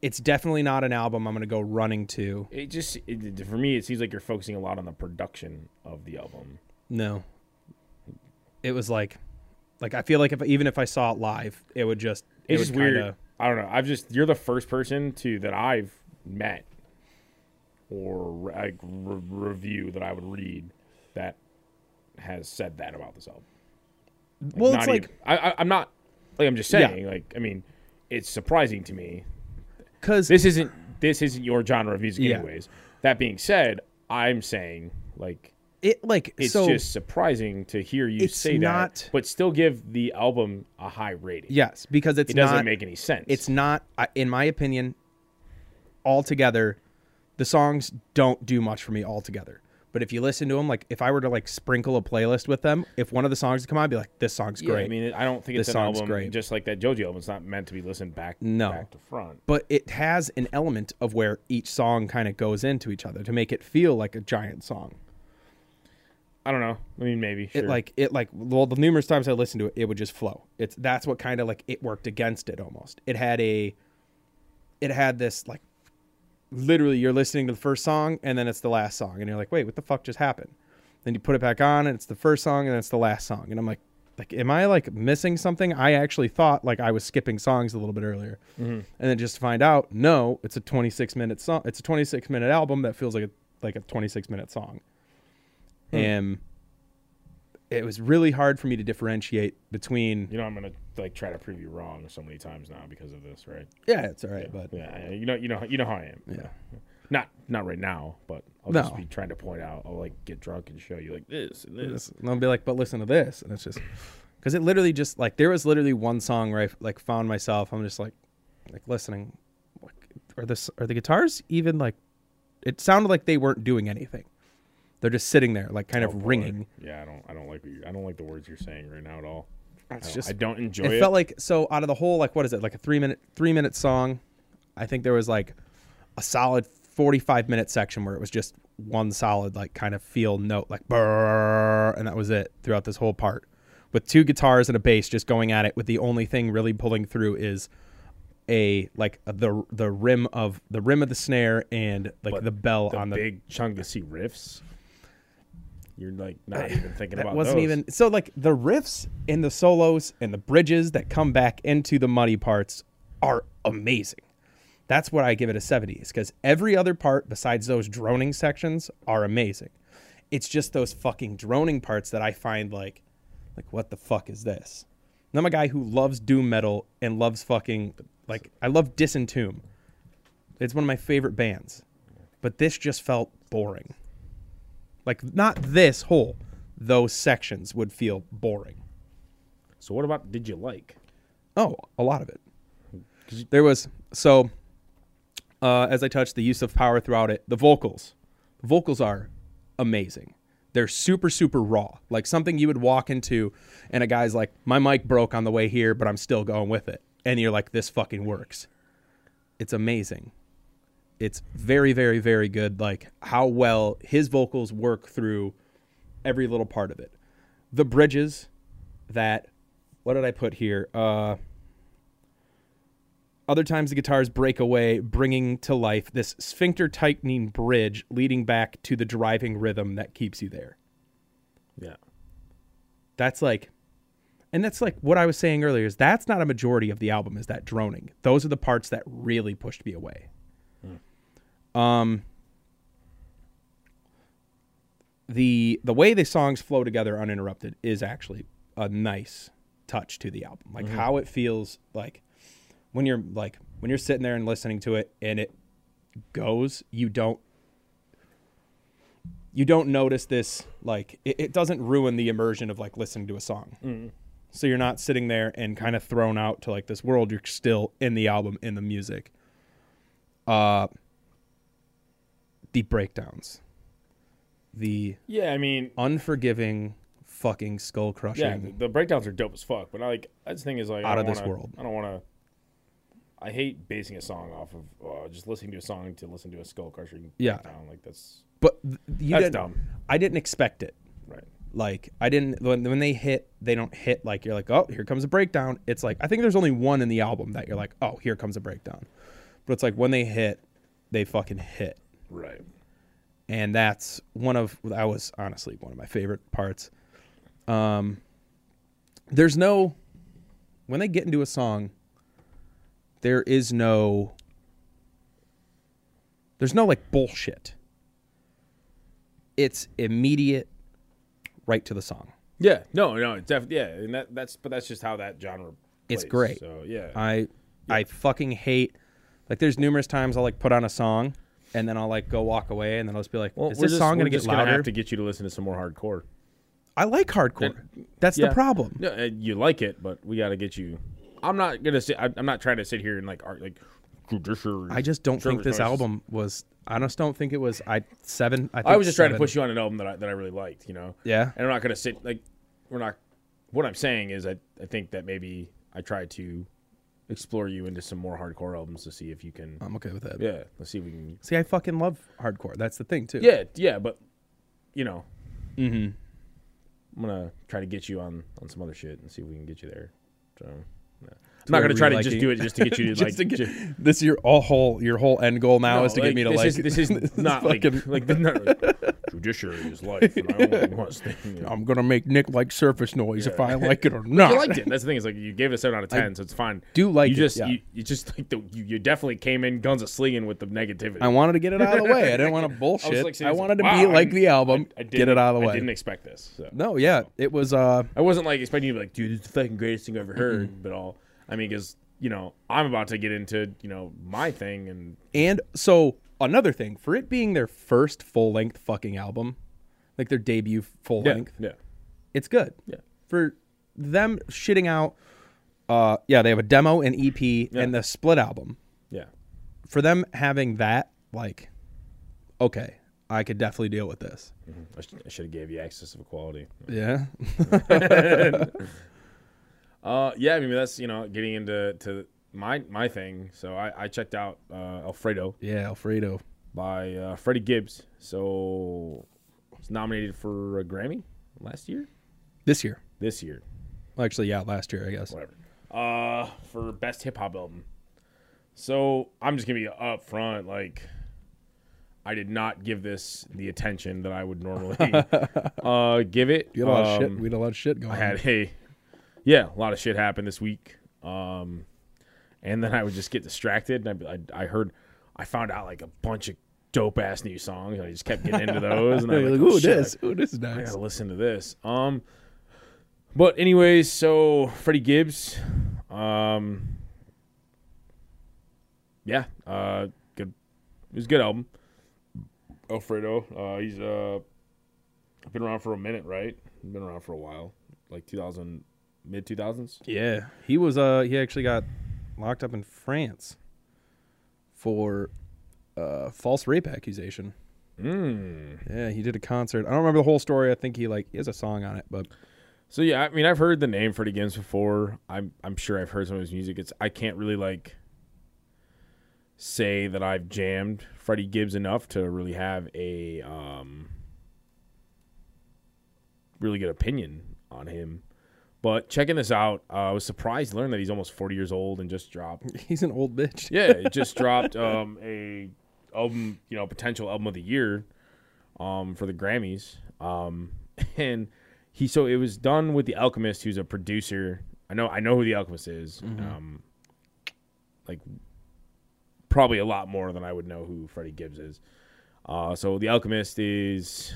it's definitely not an album I'm going to go running to.
It just it, for me, it seems like you're focusing a lot on the production of the album.
No. It was like, like I feel like if even if I saw it live, it would just, it
It's
was
just
kinda,
weird. I don't know. I've just you're the first person to that I've met or re- like re- review that I would read that has said that about this album. Like,
well,
not
it's like
even- I, I, I'm not like I'm just
Yeah.
saying. Like I mean, it's surprising to me.
because
This isn't this isn't your genre of music,
Yeah.
anyways. That being said, I'm saying like
it like
it's
so
just surprising to hear you
it's
say
not-
that, but still give the album a high rating.
yes because it's
it doesn't
not
make any sense.
it's not I- in my opinion altogether the songs don't do much for me altogether but if you listen to them like if i were to like sprinkle a playlist with them if one of the songs come on i'd be like this song's
Yeah,
great
I mean, I don't think it's
This
an
song's
album
great.
just like that JoJo album. It's not meant to be listened back
No.
back to front.
but it has an element of where each song kind of goes into each other to make it feel like a giant song
I don't know. I mean, maybe
it
sure.
like it like well the numerous times i listened to it it would just flow it's that's what kind of like it worked against it almost it had a it had this like literally you're listening to the first song and then it's the last song and you're like wait what the fuck just happened then you put it back on and it's the first song and it's the last song and i'm like like am i like missing something i actually thought like i was skipping songs a little bit earlier and then just to find out no it's a 26 minute song it's a 26 minute album that feels like a like a 26 minute song and it was really hard for me to differentiate between
you know, I'm gonna like try to prove you wrong so many times now because of this, right?
yeah it's all right but
Yeah, you know, you know, you know how I am. Yeah. Not not right now, but I'll
No.
just be trying to point out. I'll like get drunk and show you like this and this.
this. And I'll be like, but listen to this. And it's just because it literally just like there was literally one song where I like found myself. I'm just like, like listening. Like, are this are the guitars even like? It sounded like they weren't doing anything. They're just sitting there, like kind
Oh,
of
boy.
ringing.
Yeah, I don't, I don't like, what you, I don't like the words you're saying right now at all. I don't,
just-
I don't enjoy
It
it.
felt like so out of the whole like what is it like a three minute three minute song? I think there was like a solid forty five minute section where it was just one solid like kind of feel note like brrrr, and that was it throughout this whole part with two guitars and a bass just going at it with the only thing really pulling through is a like the the rim of the rim of the snare and like
But
the bell
the
on the
big Chungassee riffs. You're like
[laughs]
not even thinking
that
about
wasn't
those.
even so like the riffs and the solos and the bridges that come back into the muddy parts are amazing that's what i give it a 70s because every other part besides those droning sections are amazing it's just those fucking droning parts that i find like like what the fuck is this and i'm a guy who loves doom metal and loves fucking like i love disentomb it's one of my favorite bands but this just felt boring like not this whole, those sections would feel boring.
So what about did you like?
Oh, a lot of it. There was so uh, as I touched the use of power throughout it, the vocals. The vocals are amazing. They're super, super raw. Like something you would walk into and a guy's like, My mic broke on the way here, but I'm still going with it. And you're like, This fucking works. It's amazing. It's very, very, very good. Like how well his vocals work through every little part of it. The bridges that what did I put here? Uh other times the guitars break away, bringing to life this sphincter tightening bridge leading back to the driving rhythm that keeps you there.
Yeah.
That's like, and that's like what I was saying earlier is that's not a majority of the album, is that droning. Those are the parts that really pushed me away. Um, the the way the songs flow together uninterrupted is actually a nice touch to the album. Like how it feels like when you're like when you're sitting there and listening to it and it goes, you don't you don't notice this like it, it doesn't ruin the immersion of like listening to a song.
Mm.
So you're not sitting there and kind of thrown out to like this world. You're still in the album, in the music. Uh, the breakdowns, the
Yeah, I mean,
unforgiving, fucking skull
yeah,
crushing.
the, the breakdowns are dope as fuck. But I like that's the thing is like I
Out of
don't
this
wanna-
world.
I don't want to. I hate basing a song off of uh, just listening to a song to listen to a skull crushing
Yeah.
breakdown. Like that's
but th- you
That's
didn't,
dumb.
I didn't expect it.
right.
Like I didn't when, when they hit, they don't hit like you're like, oh, here comes a breakdown. It's like I think there's only one in the album that you're like, oh, here comes a breakdown. But it's like when they hit, they fucking hit.
Right.
and that's one of that was honestly one of my favorite parts. Um, there's no when they get into a song, there is no there's no like bullshit. It's immediate, right to the song.
Yeah, no, no, it's def- yeah, and that, that's but that's just how that genre.
It's
plays,
great. Uh,
So yeah,
I I fucking hate like there's numerous times I'll like put on a song and then I'll like go walk away and then I'll just be like, is
we're
this
just-
song
we're
gonna get
just Gonna
louder?
have to get you to listen to some more hardcore.
I like hardcore. That's
yeah.
the problem.
No, uh, you like it, but we got to get you. I'm not gonna sit. I- I'm not trying to sit here and like art like. judiciary-
I just don't think
service
this
noises.
album was. I just don't think it was. I seven. I, think
I was just trying to
seven.
push you on an album that I, that I really liked, you know.
Yeah.
And I'm not gonna sit like we're not. What I'm saying is, I I think that maybe I try to explore you into some more hardcore albums to see if you can.
I'm okay with that.
yeah, let's see if we can.
See, I fucking love hardcore. That's the thing too.
Yeah, yeah, but you know,
Mm-hmm.
I'm gonna try to get you on on some other shit and see if we can get you there. So. yeah. I'm not
I
gonna try to
really
just
like
do
you.
it just to
[laughs]
get you to
Just
like
to get-
ju-
This is your all whole your whole end goal now
No,
is to get me to
this
like
is,
[laughs]
this is not like
fucking-
like the
[laughs]
no, judiciary is life, and I only want to stay- you know.
I'm gonna make Nick like surface noise if I like
[laughs]
it or not.
you liked it. That's the thing. Is like you gave it a seven out of ten, so it's fine.
do like
you
it,
just
yeah.
you, you just like the, you, you definitely came in guns a slinging with the negativity.
I wanted to get it out of the way. I didn't want to
[laughs] I was
bullshit.
like,
I
seriously,
wanted to
wow,
be
I-
like the album.
I
get it out of the
I
way.
didn't expect this. So.
no, yeah, it was. uh
I wasn't like expecting you to be like, dude, this is the fucking greatest thing I've ever heard. But all I mean, because you know, I'm about to get into you know my thing, and
And so another thing, for it being their first full length fucking album, like their debut full
yeah,
length,
yeah,
it's good.
Yeah.
For them shitting out, uh, yeah, they have a demo, an EP, and the split album.
yeah,
For them having that, like, okay, I could definitely deal with this.
Mm-hmm. I, sh- I should have gave you access of equality.
Yeah.
Uh, yeah, I mean that's you know getting into to my my thing. So I, I checked out uh, Alfredo
yeah, Alfredo.
by uh, Freddie Gibbs. So was nominated for a Grammy last year,
This year.
this year,
Well, actually, yeah, last year, I guess.
whatever. Uh, for best hip hop album. So I'm just gonna be upfront, like I did not give this the attention that I would
[laughs]
normally uh give it.
We had a lot of
Um,
shit. We had a lot of shit going
I
on.
had a yeah, a lot of shit happened this week. Um, and then I would just get distracted, and I'd- I, I heard, I found out like a bunch of dope ass new songs, and I just kept
[laughs]
getting into those. And
You're
I'm
[laughs]
like,
like,
oh,
ooh,
shit,
this. Ooh, this is
I
nice.
gotta listen to this. Um, but anyways, so Freddie Gibbs, um, yeah, uh, good. It was a good album. Alfredo, uh, he's uh, been around for a minute, right? Been around for a while, like 2000, mid 2000s.
Yeah, he was. Uh, he actually got locked up in France for uh, false rape accusation.
Hmm.
Yeah, he did a concert. I don't remember the whole story. I think he like he has a song on it, but [laughs]
So yeah, I mean, I've heard the name Freddie Gibbs before. I'm I'm sure I've heard some of his music. It's I can't really like say that I've jammed Freddie Gibbs enough to really have a um, really good opinion on him. But checking this out, uh, I was surprised to learn that he's almost 40 years old and just dropped.
he's an old bitch.
Yeah, it just dropped um, a album, you know, potential album of the year um, for the Grammys. Um, [laughs] and he so it was done with the Alchemist, who's a producer. I know I know who the Alchemist is.
Mm-hmm.
Um, like probably a lot more than I would know who Freddie Gibbs is. Uh, so the Alchemist is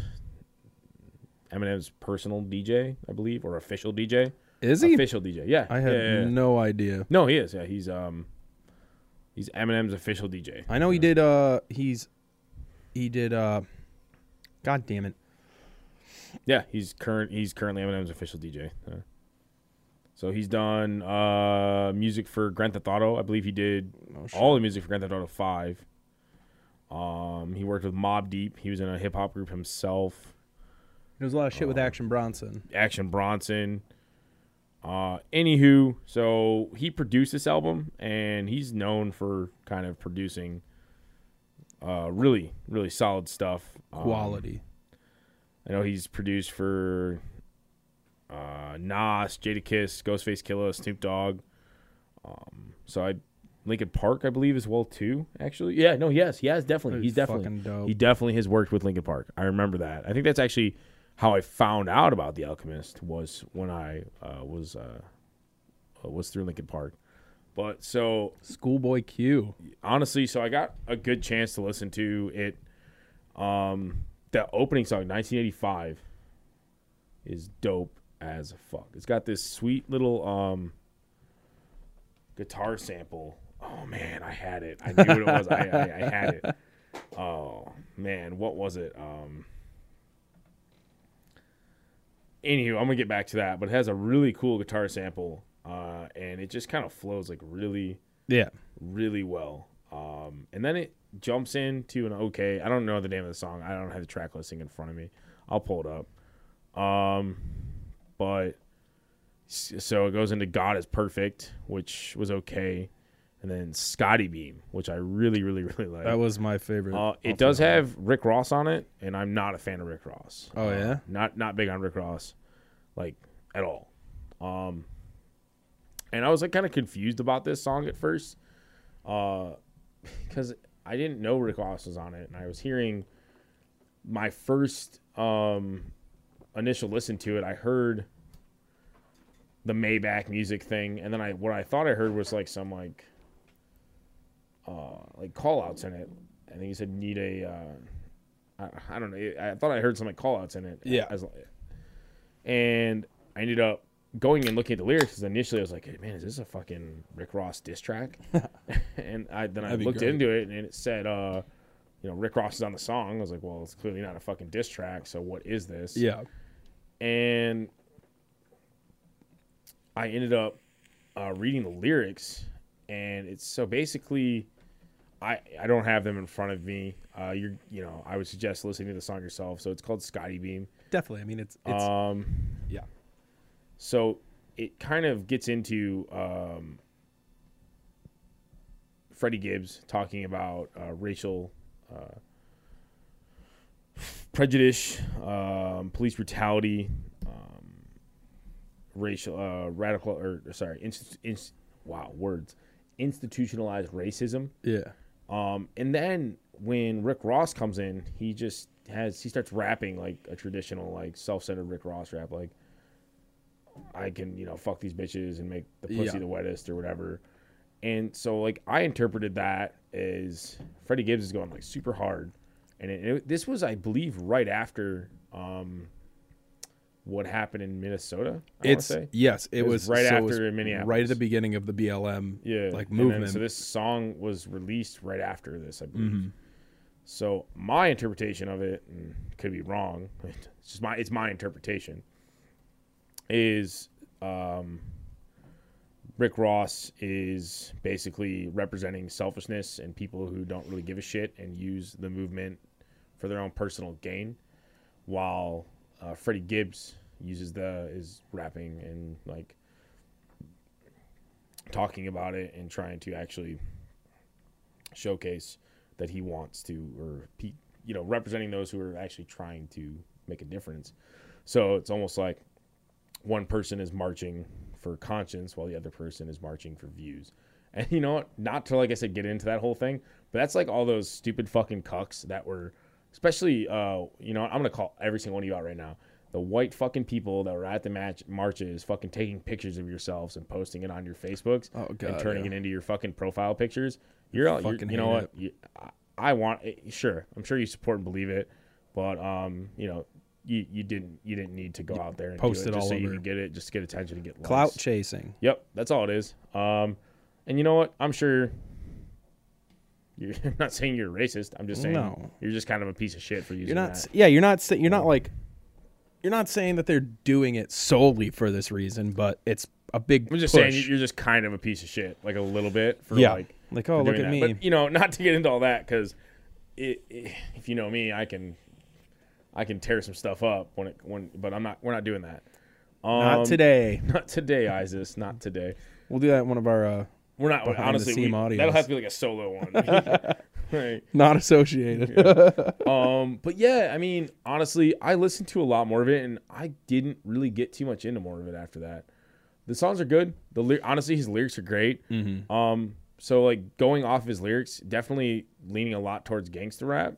Eminem's personal DJ, I believe, or official DJ.
Is he?
official DJ? Yeah,
I had
yeah, yeah, yeah.
no idea.
No, he is. Yeah, he's um, he's Eminem's official DJ.
I know he did. Uh, he's he did. Uh, God damn it.
Yeah, he's current. He's currently Eminem's official DJ. Yeah. So he's done uh, music for Grand Theft Auto. I believe he did
Oh,
all the music for Grand Theft Auto Five. Um, he worked with Mob Deep. He was in a hip hop group himself.
There was a lot of shit with Action Bronson.
Action Bronson. Uh, anywho, so he produced this album, and he's known for kind of producing uh, really, really solid stuff.
Oh.
Um,
Quality.
I know he's produced for uh, Nas, Jadakiss, Ghostface Killah, Snoop Dogg. Um, so I Lincoln Park, I believe, as well too. Actually, yeah, no, yes, he has definitely. He's
That's
definitely
fucking dope.
he definitely has worked with Lincoln Park. I remember that. I think that's actually how I found out about The Alchemist was when I uh, was uh, uh, was through Lincoln Park. But so
Schoolboy Q.
honestly, so I got a good chance to listen to it. Um, the opening song, 1985. is dope as fuck. It's got this sweet little um guitar sample. Oh man, I had it. I knew what it was. I, I, I had it. Oh man, what was it? Um Anywho, I'm gonna get back to that, but it has a really cool guitar sample, uh, and it just kind of flows like really,
Yeah.
really well. Um, and then it jumps into an okay. I don't know the name of the song. I don't have the track listing in front of me. I'll pull it up. Um, but s- so it goes into God is perfect, which was okay, and then Scotty Beam, which I really, really, [laughs] really like.
That was my favorite.
uh,
off
it does
the-
have Rick Ross on it, and I'm not a fan of Rick Ross.
Oh yeah.
Not not big on Rick Ross, like at all. Um, and I was like kind of confused about this song at first, uh, [laughs] because I didn't know Rick Ross was on it, and I was hearing my first um initial listen to it. I heard the Maybach music thing, and then I what I thought I heard was like some like uh like call outs in it. I think he said need a uh I, I don't know. I thought I heard some like call outs in it.
Yeah.
As- and I ended up going and looking at the lyrics because initially I was like, hey, man, is this a fucking Rick Ross
[laughs]
diss track? [laughs] and I then I
That'd be
looked
great.
into it and it said uh you know, Rick Ross is on the song. I was like, well, it's clearly not a fucking diss track, so what is this?
Yeah.
and I ended up uh, reading the lyrics, and it's so basically, I I don't have them in front of me. Uh, you're you know I would suggest listening to the song yourself. So it's called Scotty Beam.
Definitely. I mean, it's it's
um,
yeah.
so it kind of gets into um, Freddie Gibbs talking about uh, racial uh, prejudice, um, police brutality, um, racial uh, radical or sorry, inst- inst- wow words, institutionalized racism.
Yeah.
Um, and then when Rick Ross comes in, he just has he starts rapping like a traditional like self-centered Rick Ross rap, like I can you know fuck these bitches and make the pussy
Yeah.
the wettest or whatever. And so like I interpreted that as Freddie Gibbs is going like super hard, and it, it- this was I believe right after um, what happened in Minnesota. I wanna
It's
say.
yes. It,
It
was
was right
so it
after
was
in
right
Minneapolis.
at the beginning of the BLM
yeah
like
and then-
movement. Mm-hmm.
so this song was released right after this i believe so my interpretation of it and could be wrong [laughs] it's just my it's my interpretation is um rick ross is basically representing selfishness and people who don't really give a shit and use the movement for their own personal gain while uh, freddie gibbs uses the is rapping and like talking about it and trying to actually showcase that he wants to or pe- you know representing those who are actually trying to make a difference so it's almost like one person is marching for conscience while the other person is marching for views and you know what not to like i said get into that whole thing but that's like all those stupid fucking cucks that were especially uh you know what, i'm gonna call every single one of you out right now the white fucking people that were at the match marches fucking taking pictures of yourselves and posting it on your facebooks
Oh, God,
and turning
yeah.
it into your fucking profile pictures you're all you're,
fucking
you know
hate
what you, I, I want it, sure i'm sure you support and believe it but um you know you, you didn't you didn't need to go out there and do
post it
just
all
so you
over.
can get it just to get attention and get likes.
Clout chasing.
Yep, that's all it is. Um, and you know what? I'm sure you're [laughs] I'm not saying you're racist. I'm just saying
No.
you're just kind of a piece of shit for using
You're not.
that.
s- Yeah. You're not. sa- You're not like. You're not saying that they're doing it solely for this reason, but it's a big.
I'm just
push.
saying you're just kind of a piece of shit, like a little bit for
Yeah.
like
Like, oh,
for
look
doing
at
that.
me.
But you know, not to get into all that because it, it, if you know me, I can I can tear some stuff up when it when, but I'm not. We're not doing that. Um,
not today.
[laughs] Not today, Isis. Not today.
We'll do that in one of our uh,
We're not
Behind the
honestly.
scene
we-
audios.
that'll have to be like a solo one,
[laughs]
[laughs] right?
not associated.
Um, but yeah, I mean, honestly, I listened to a lot more of it, and I didn't really get too much into more of it after that. The songs are good. The ly- honestly, his lyrics are great. Um, so like going off his lyrics, definitely leaning a lot towards gangster rap.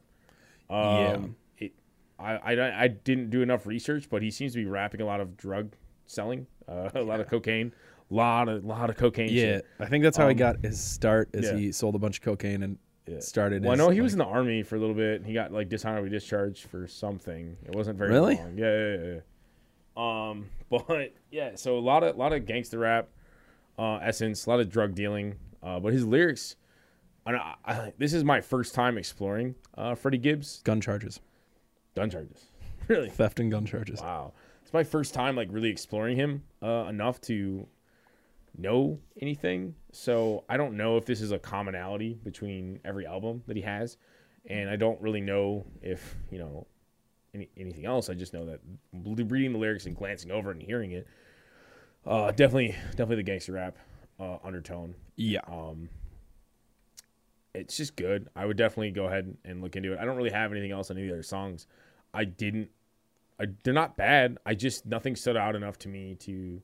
Um, yeah. It, I, I don't- I didn't do enough research, but he seems to be rapping a lot of drug selling, uh, a lot of cocaine, lot of lot of cocaine.
[laughs] yeah.
shit.
I think that's how he
Um,
got his start. Is
yeah.
he sold a bunch of cocaine and
Yeah.
started.
Well, I
his,
know he was
like-
in the army for a little bit. and He got like dishonorably discharged for something. It wasn't very
Really?
long. Yeah, yeah, yeah, yeah. Um, [laughs] but yeah, so a lot of lot of gangster rap uh, essence, a lot of drug dealing. Uh, but his lyrics, and I, I, this is my first time exploring uh, Freddie Gibbs
Gun charges,
gun charges. [laughs] Really,
theft and gun charges.
Wow. It's my first time like really exploring him uh, enough to know anything. So I don't know if this is a commonality between every album that he has. And I don't really know if, you know, any, anything else. I just know that reading the lyrics and glancing over it and hearing it, uh, definitely, definitely the gangster rap uh, undertone.
Yeah,
It's just good. I would definitely go ahead and look into it. I don't really have anything else on any of the other songs. I didn't I, they're not bad. I just nothing stood out enough to me to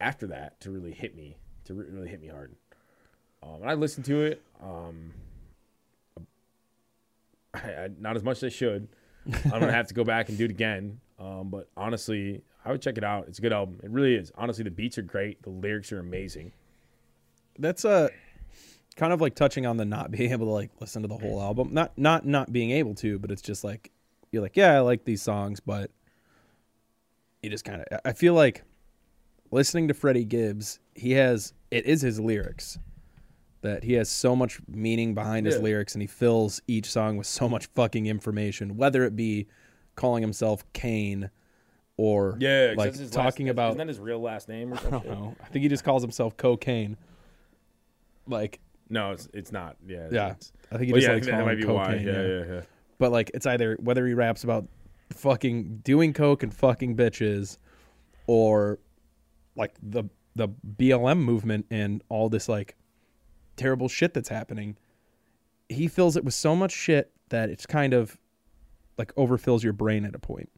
after that to really hit me to re- really hit me hard. Um, and I listened to it, um, I, I, not as much as I should. I'm gonna have to go back and do it again. Um, but honestly, I would check it out. It's a good album. It really is. Honestly, the beats are great. The lyrics are amazing.
that's a kind of like touching on the not [laughs] being able to like listen to the whole album. Not not not being able to, but it's just like you're like, yeah, I like these songs, but you just kind of. I feel like listening to Freddie Gibbs, he has it is his lyrics that he has so much meaning behind his
Yeah.
lyrics, and he fills each song with so much fucking information, whether it be calling himself Kane or like talking about
isn't that his real last name or [laughs]
I don't know. I think he just calls himself cocaine. Like,
No, it's it's not. Yeah,
yeah,
it's-
I think he
Well,
just
yeah, I
likes
think that
calling
might be
cocaine.
why.
yeah.
yeah, yeah, yeah.
But like, it's either whether he raps about fucking doing coke and fucking bitches, or like the the BLM movement and all this like terrible shit that's happening. He fills it with so much shit that it's kind of like overfills your brain at a point.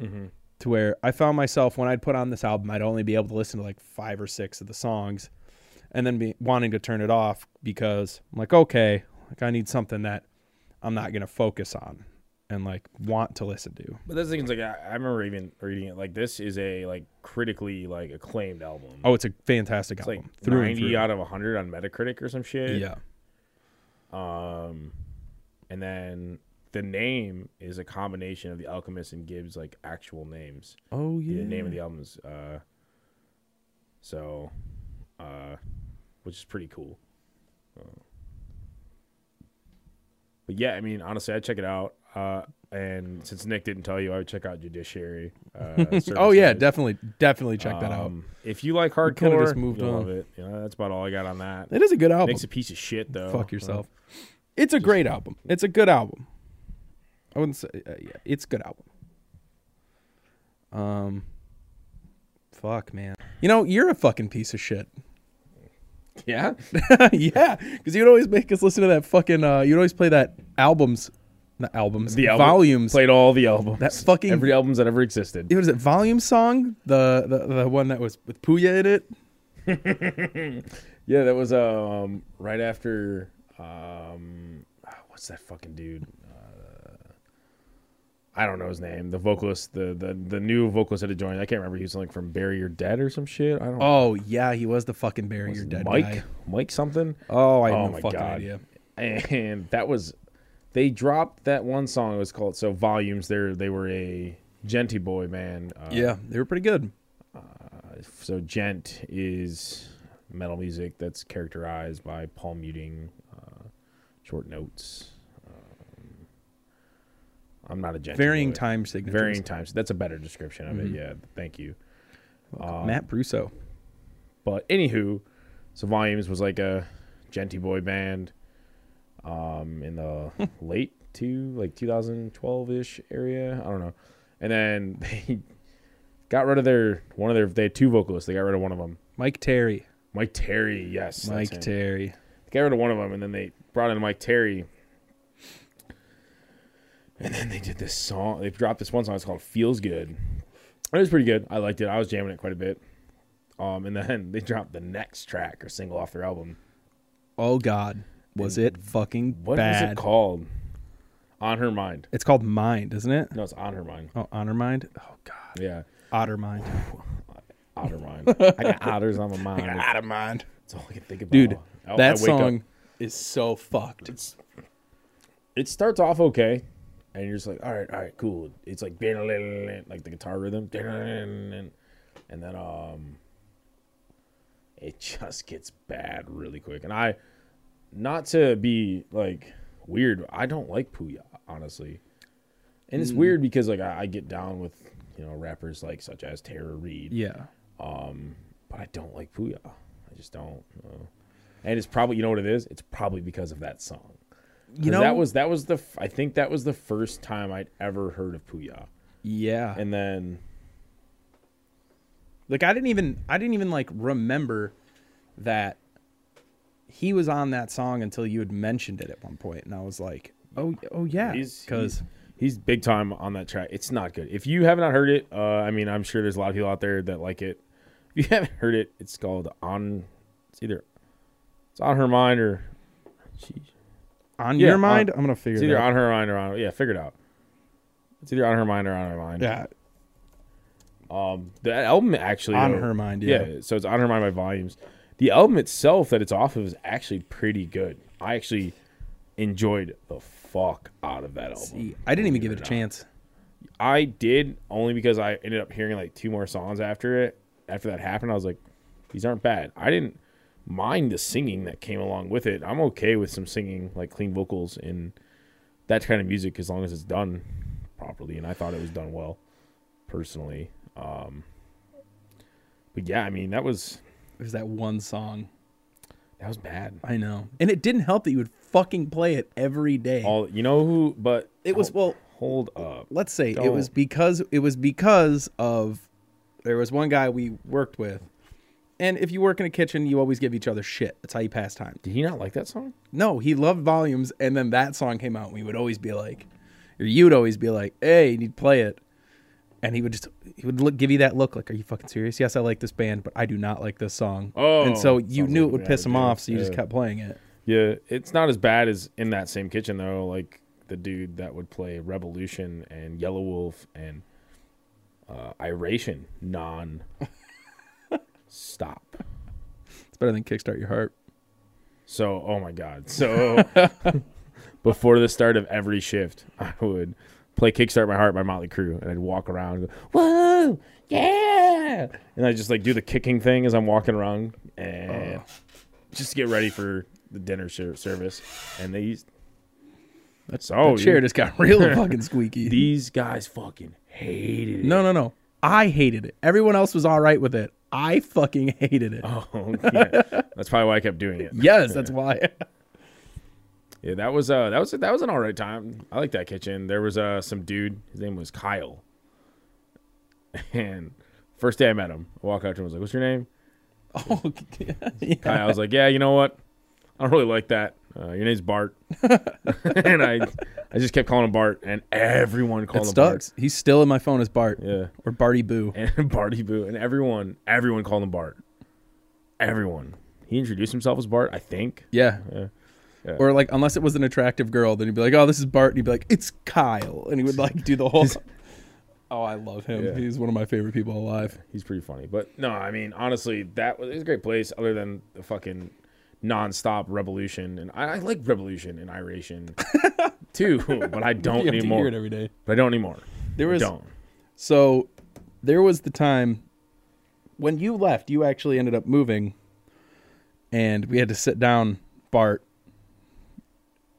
Mm-hmm.
To where I found myself when I'd put on this album, I'd only be able to listen to like five or six of the songs, and then be wanting to turn it off because I'm like, okay, like I need something that I'm not gonna focus on and like want to listen to.
But that's the thing. Is like I, I remember even reading it. Like this is a like critically like acclaimed album.
Oh, it's a fantastic
it's like
album. through and
ninety
through.
out of hundred on Metacritic or some shit.
Yeah,
And then the name is a combination of the Alchemist and Gibbs like actual names.
Oh
The
yeah.
name of the album is uh. So, uh, which is pretty cool. Uh, but yeah, I mean, honestly, I'd check it out. Uh, and since Nick didn't tell you, I would check out Judiciary. Uh,
[laughs] Oh yeah,
Services.
definitely, definitely check that out.
Um, If you like
coulda
hardcore,
just moved
you'll
on.
love it. Yeah, that's about all I got on that.
It is a good album.
Nick's a piece of shit though. Uh,
Fuck yourself. It's a great album. It's a good album. I wouldn't say uh, yeah, it's a good album. Um, fuck man. You know you're a fucking piece of shit.
Yeah.
[laughs] yeah, because you'd always make us listen to that fucking. Uh, you'd always play that albums, not albums,
The album,
volumes.
played all the albums.
That fucking-
every albums that ever existed.
it was it volume song the, the the one that was with Puya in it.
Yeah, that was um right after um ah, what's that fucking dude? Uh, I don't know his name. The vocalist, the the the new vocalist that had joined. I can't remember. He was like from Bury Your Dead or some shit. I don't. know.
Oh yeah, he was the fucking bury your dead
Mike,
guy.
Mike something.
Oh, I have
Oh
no
my
fucking
God.
idea.
and that was they dropped that one song. It was called so volumes. There they were a genty boy man. Uh,
Yeah, they were pretty good.
So gent is metal music that's characterized by palm muting, uh, short notes. Um, I'm not a gent.
Varying
boy.
time signatures. Mm-hmm.
Varying times. That's a better description of it. Yeah. Thank you.
Matt Brusso.
But anywho, so Volumes was like a genty boy band um, in the
[laughs]
late two, like 2012 ish area. I don't know. And then [laughs] they got rid of their one of their they had two vocalists. They got rid of one of them,
Mike Terry.
Mike Terry. Yes, that's
Mike
him.
Terry.
They got rid of one of them, and then they brought in Mike Terry. And then they did this song. They dropped this one song. It's called "Feels Good." It was pretty good. I liked it. I was jamming it quite a bit. Um, and then [laughs] they dropped the next track or single off their album.
Oh God, was it fucking
What is
bad?
it called? On her mind.
It's called Mind, isn't it?
No, it's on her mind.
Oh, Honor Mind. Oh God,
Yeah,
Otter
[laughs]
Mind.
on
[laughs]
her mind. I got otters on my mind.
of mind,
That's all I can think about.
dude.
Oh, I
that
wake up.
song is so fucked.
It starts off okay. and you're just like, all right, all right, cool. It's like like the guitar rhythm, and then um, it just gets bad really quick. And I, not to be like weird, I don't like Puya honestly, and it's weird because like I, I get down with you know rappers like such as Tara Reid,
Yeah.
but I don't like Puya. I just don't. Uh, and it's probably you know what it is. It's probably because of that song.
You
'Cause
know
that was that was the f- I think that was the first time I'd ever heard of Puya.
Yeah.
And then
Like I didn't even I didn't even like remember that he was on that song until you had mentioned it at one point, and I was like, oh oh yeah,
he's
because
he's, he's big time on that track. It's not good. If you have not heard it, uh, I mean, I'm sure there's a lot of people out there that like it. If you [laughs] haven't heard it, it's called on. It's either it's on her mind or she,
on
yeah,
your
on-
mind, I'm gonna
it's
figure it
either
out.
on her mind or on. Yeah, figure it out. It's either on her mind or on her mind.
yeah,
Um, the album actually
On
though-
Her Mind, yeah.
So it's on her mind by volumes. The album itself that it's off of is actually pretty good. I actually enjoyed the fuck out of that album.
See, I didn't even
believe
give it a
or not.
chance.
I did only because I ended up hearing like two more songs after it. After that happened, I was like, these aren't bad. I didn't mind the singing that came along with it. I'm okay with some singing, like clean vocals and that kind of music, as long as it's done properly. And I thought it was done well, personally. Um, but yeah, I mean that was
It was that one song.
that was bad.
I know, and it didn't help that you would fucking play it every day.
All you know who, but
It was- well-
Hold up,
let's say it was
Don't.
because it was because of there was one guy we worked with and if you work in a kitchen you always give each other shit that's how you pass time
did he not like that song?
no he loved volumes and then that song came out and we would always be like or you'd always be like hey you need to play it and he would just he would look, give you that look like are you fucking serious yes i like this band but i do not like this song
Oh,
and so you
sounds
knew
like
it would
we
piss him
already
off
did.
so you just
Yeah.
kept playing it
Yeah, it's not as bad as in that same kitchen though. Like the dude that would play Revolution and Yellow Wolf and uh, Iration non stop.
it's better than kickstart your heart
So, oh my god. So [laughs] before the start of every shift, [laughs] I would play Kickstart My Heart by Motley Crue and I'd walk around and go, "Whoa! Yeah!" And I just like do the kicking thing as I'm walking around and
Oh.
just to get ready for the dinner ser- service. And they That's
oh
all.
chair just got [laughs] real
[laughs]
fucking squeaky
These guys fucking hated it.
No, no, no. I hated it. Everyone else was all right with it. I fucking hated
[laughs]
it.
Oh, yeah. That's probably why I kept doing it.
Yes, that's why. [laughs]
Yeah, that was uh that was that was an all right time. I like that kitchen. There was uh some dude, his name was Kyle. [laughs] And first day I met him, I walked out to him, I was like, What's your name?
oh, [laughs] yeah.
Kyle. I was like, Yeah, you know what? I don't really like that. Uh, your name's Bart. [laughs] and I I just kept calling him Bart and everyone
It
called him
stuck. He's still in my phone as Bart
Bart. Yeah.
or Barty Boo.
and [laughs] Barty Boo, and everyone, everyone called him Bart. Everyone. He introduced himself as Bart, I think.
Yeah.
Yeah. Yeah.
Or like, unless it was an attractive girl, then he'd be like, "Oh, this is Bart," and he'd be like, "It's Kyle," and he would like do the whole. [laughs] oh, I love him.
Yeah.
He's one of my favorite people alive.
He's pretty funny, but no, I mean honestly, that was, it was a great place. Other than the fucking nonstop revolution, and I, I like revolution
[laughs]
and iration too, but I don't
You have to hear
anymore.
it every day.
But I don't anymore.
There
I
was
don't.
So there was the time when you left, you actually ended up moving and we had to sit down Bart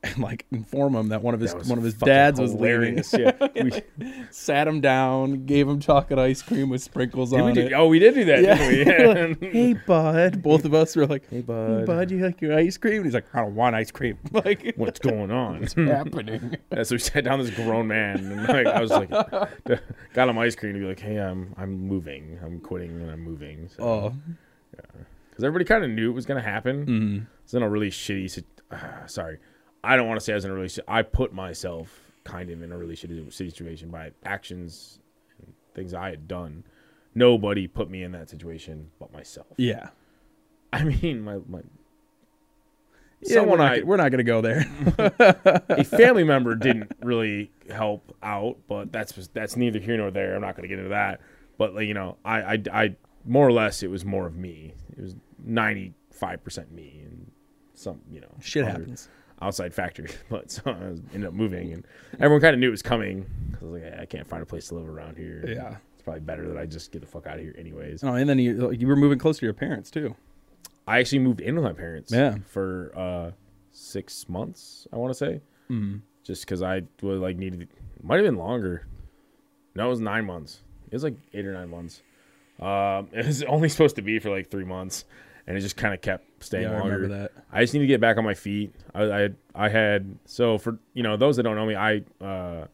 and like inform him that one of his
That was
one of his
fucking
dads was leaving.
hilarious. Yeah, we, did
[laughs] Sat him down, gave him chocolate ice cream with sprinkles
we
on
do-
it.
oh, we did do that,
Yeah. [laughs]
[laughs] didn't we? Yeah.
Hey bud, both of us were like, "Hey
bud.
bud, you like your ice cream?" And he's like, "I don't want ice cream." [laughs] Like,
What's going on? [laughs]
happening?
And so we sat down this grown man, and like, I was like, [laughs] got him ice cream to be like, hey, I'm I'm moving, I'm quitting, and I'm moving. So,
Oh,
because everybody kind of knew it was going to happen. Mm. It's in a really shitty. sit- ah, sorry, I don't want to say I was in a really. shi- I put myself kind of in a really shitty situation by actions, and things I had done. Nobody put me in that situation but myself.
yeah.
I mean, my my
Yeah,
Someone
we're not,
I-
we're not gonna go there. [laughs]
a family member didn't really help out, but that's that's neither here nor there. I'm not going to get into that. But like, you know, I, I I more or less it was more of me. It was 95% me and some, you know.
Shit
other-
happens.
outside factory, [laughs] but so I was- ended up moving, and everyone kind of knew it was coming. 'Cause I was like, "Yeah, I can't find a place to live around here.
Yeah.
it's probably better that I just get the fuck out of here, anyways.
No, Oh, and then you you were moving close to your parents too.
I actually moved in with my parents.
Yeah.
for uh, six months, I want to say, mm.
Mm-hmm.
just because I was like needed. Might have been longer. No, it was nine months. It was like eight or nine months. Um, [laughs] it was only supposed to be for like three months, and it just kind of kept staying
Yeah, I
longer.
remember that.
I just need to get back on my feet. I, I I had so for you know those that don't know me, I uh,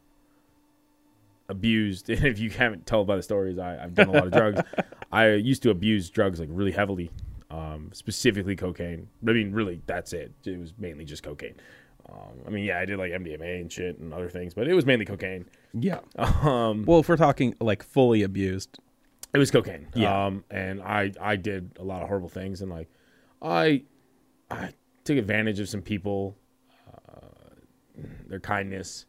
abused. [laughs] And if you haven't told by the stories, I, I've done a lot of drugs. I used to abuse drugs like really heavily, um, specifically cocaine. I mean, really, that's it. It was mainly just cocaine. Um, I mean, yeah, I did like MDMA and shit and other things, but it was mainly cocaine.
Yeah. Um, well, if we're talking like fully abused,
It was cocaine.
Yeah.
Um, and I I did a lot of horrible things, and like, I I took advantage of some people, uh, their kindness,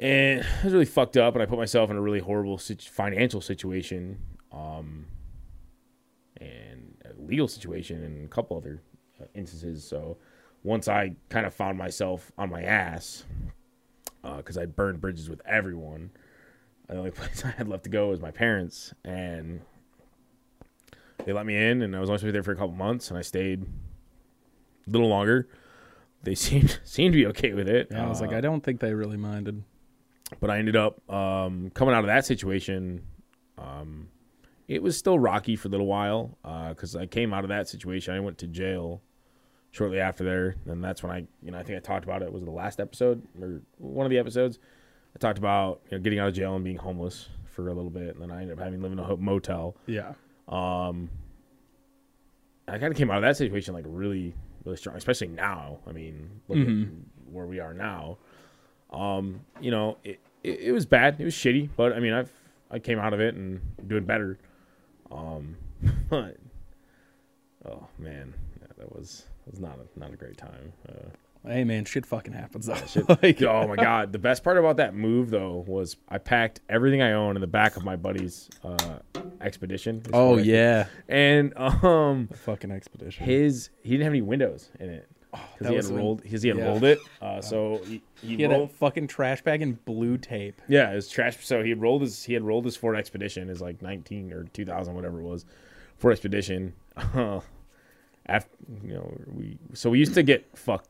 and I was really fucked up, and I put myself in a really horrible situ- financial situation, um, and a legal situation, and a couple other uh, instances. So once I kind of found myself on my ass, because I burned bridges with everyone the only [laughs] place I had left to go was my parents, and they let me in, and I was only supposed to be there for a couple months, and I stayed a little longer. They [laughs] seemed seemed to be okay with it.
I was like,
Uh,
I don't think they really minded.
but I ended up um, coming out of that situation. Um, it was still rocky for a little while because I came out of that situation. I went to jail shortly after there, and that's when I, you know, I think I talked about it. Was it the last episode or one of the episodes? I talked about you know, getting out of jail and being homeless for a little bit, and then I ended up having to live in a ho- motel.
Yeah.
I kind of came out of that situation like really, really strong, especially now. I mean, look
Mm-hmm.
at where we are now. Um, you know, it, it it was bad. It was shitty, but I mean, I've I came out of it and doing better. Um, [laughs] but oh man, yeah, that was that was not a not a
[laughs]
great time. Uh,
Hey man, shit fucking happens though. [laughs]
like, oh my god, the best part about that move though was I packed everything I own in the back of my buddy's uh, expedition. his
oh
Ford
yeah.
Expedition. and [laughs] um
Fucking expedition.
his he didn't have any windows in it because
Oh, that
he had
was an-
rolled because he had
yeah. [laughs]
rolled it. Uh, so he, he,
he had a
rolled.
fucking trash bag and blue tape.
Yeah, it was trash. So he had rolled his he had rolled his Ford Expedition, his like nineteen or two thousand whatever it was, Ford Expedition. [laughs] after you know we so we used to get fucked.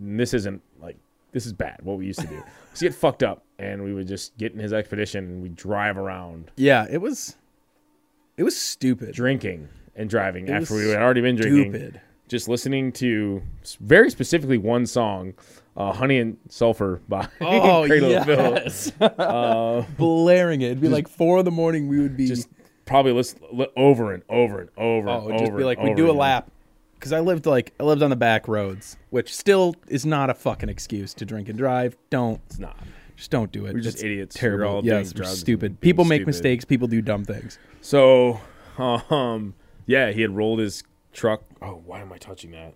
And this isn't like this is bad. What we used to
[laughs]
do, we used to get fucked up, and we would just get in his Expedition and we drive around
Yeah, it was. It was stupid.
drinking and driving
was
after we had already been drinking.
Stupid.
just listening to s- very specifically one song, uh, "Honey and Sulfur" by [laughs]
[laughs] Oh
Cradle of Filth.
yes. [laughs] Uh, Blaring it. It'd be like four in the morning. We would be
Just probably listen li- over and over and over.
Oh,
and
it'd
over
just be
and
like we
over
do a
again.
lap. Because I lived like I lived on the back roads, which still is not a fucking excuse to drink and drive. Don't
It's not.
just don't do it. We're
just idiots. We're
Terrible.
all doing
yes, we're
drugs and
stupid.
being
People make
stupid.
mistakes. People do dumb things.
So, um, yeah, he had rolled his truck. Oh, why am I touching that?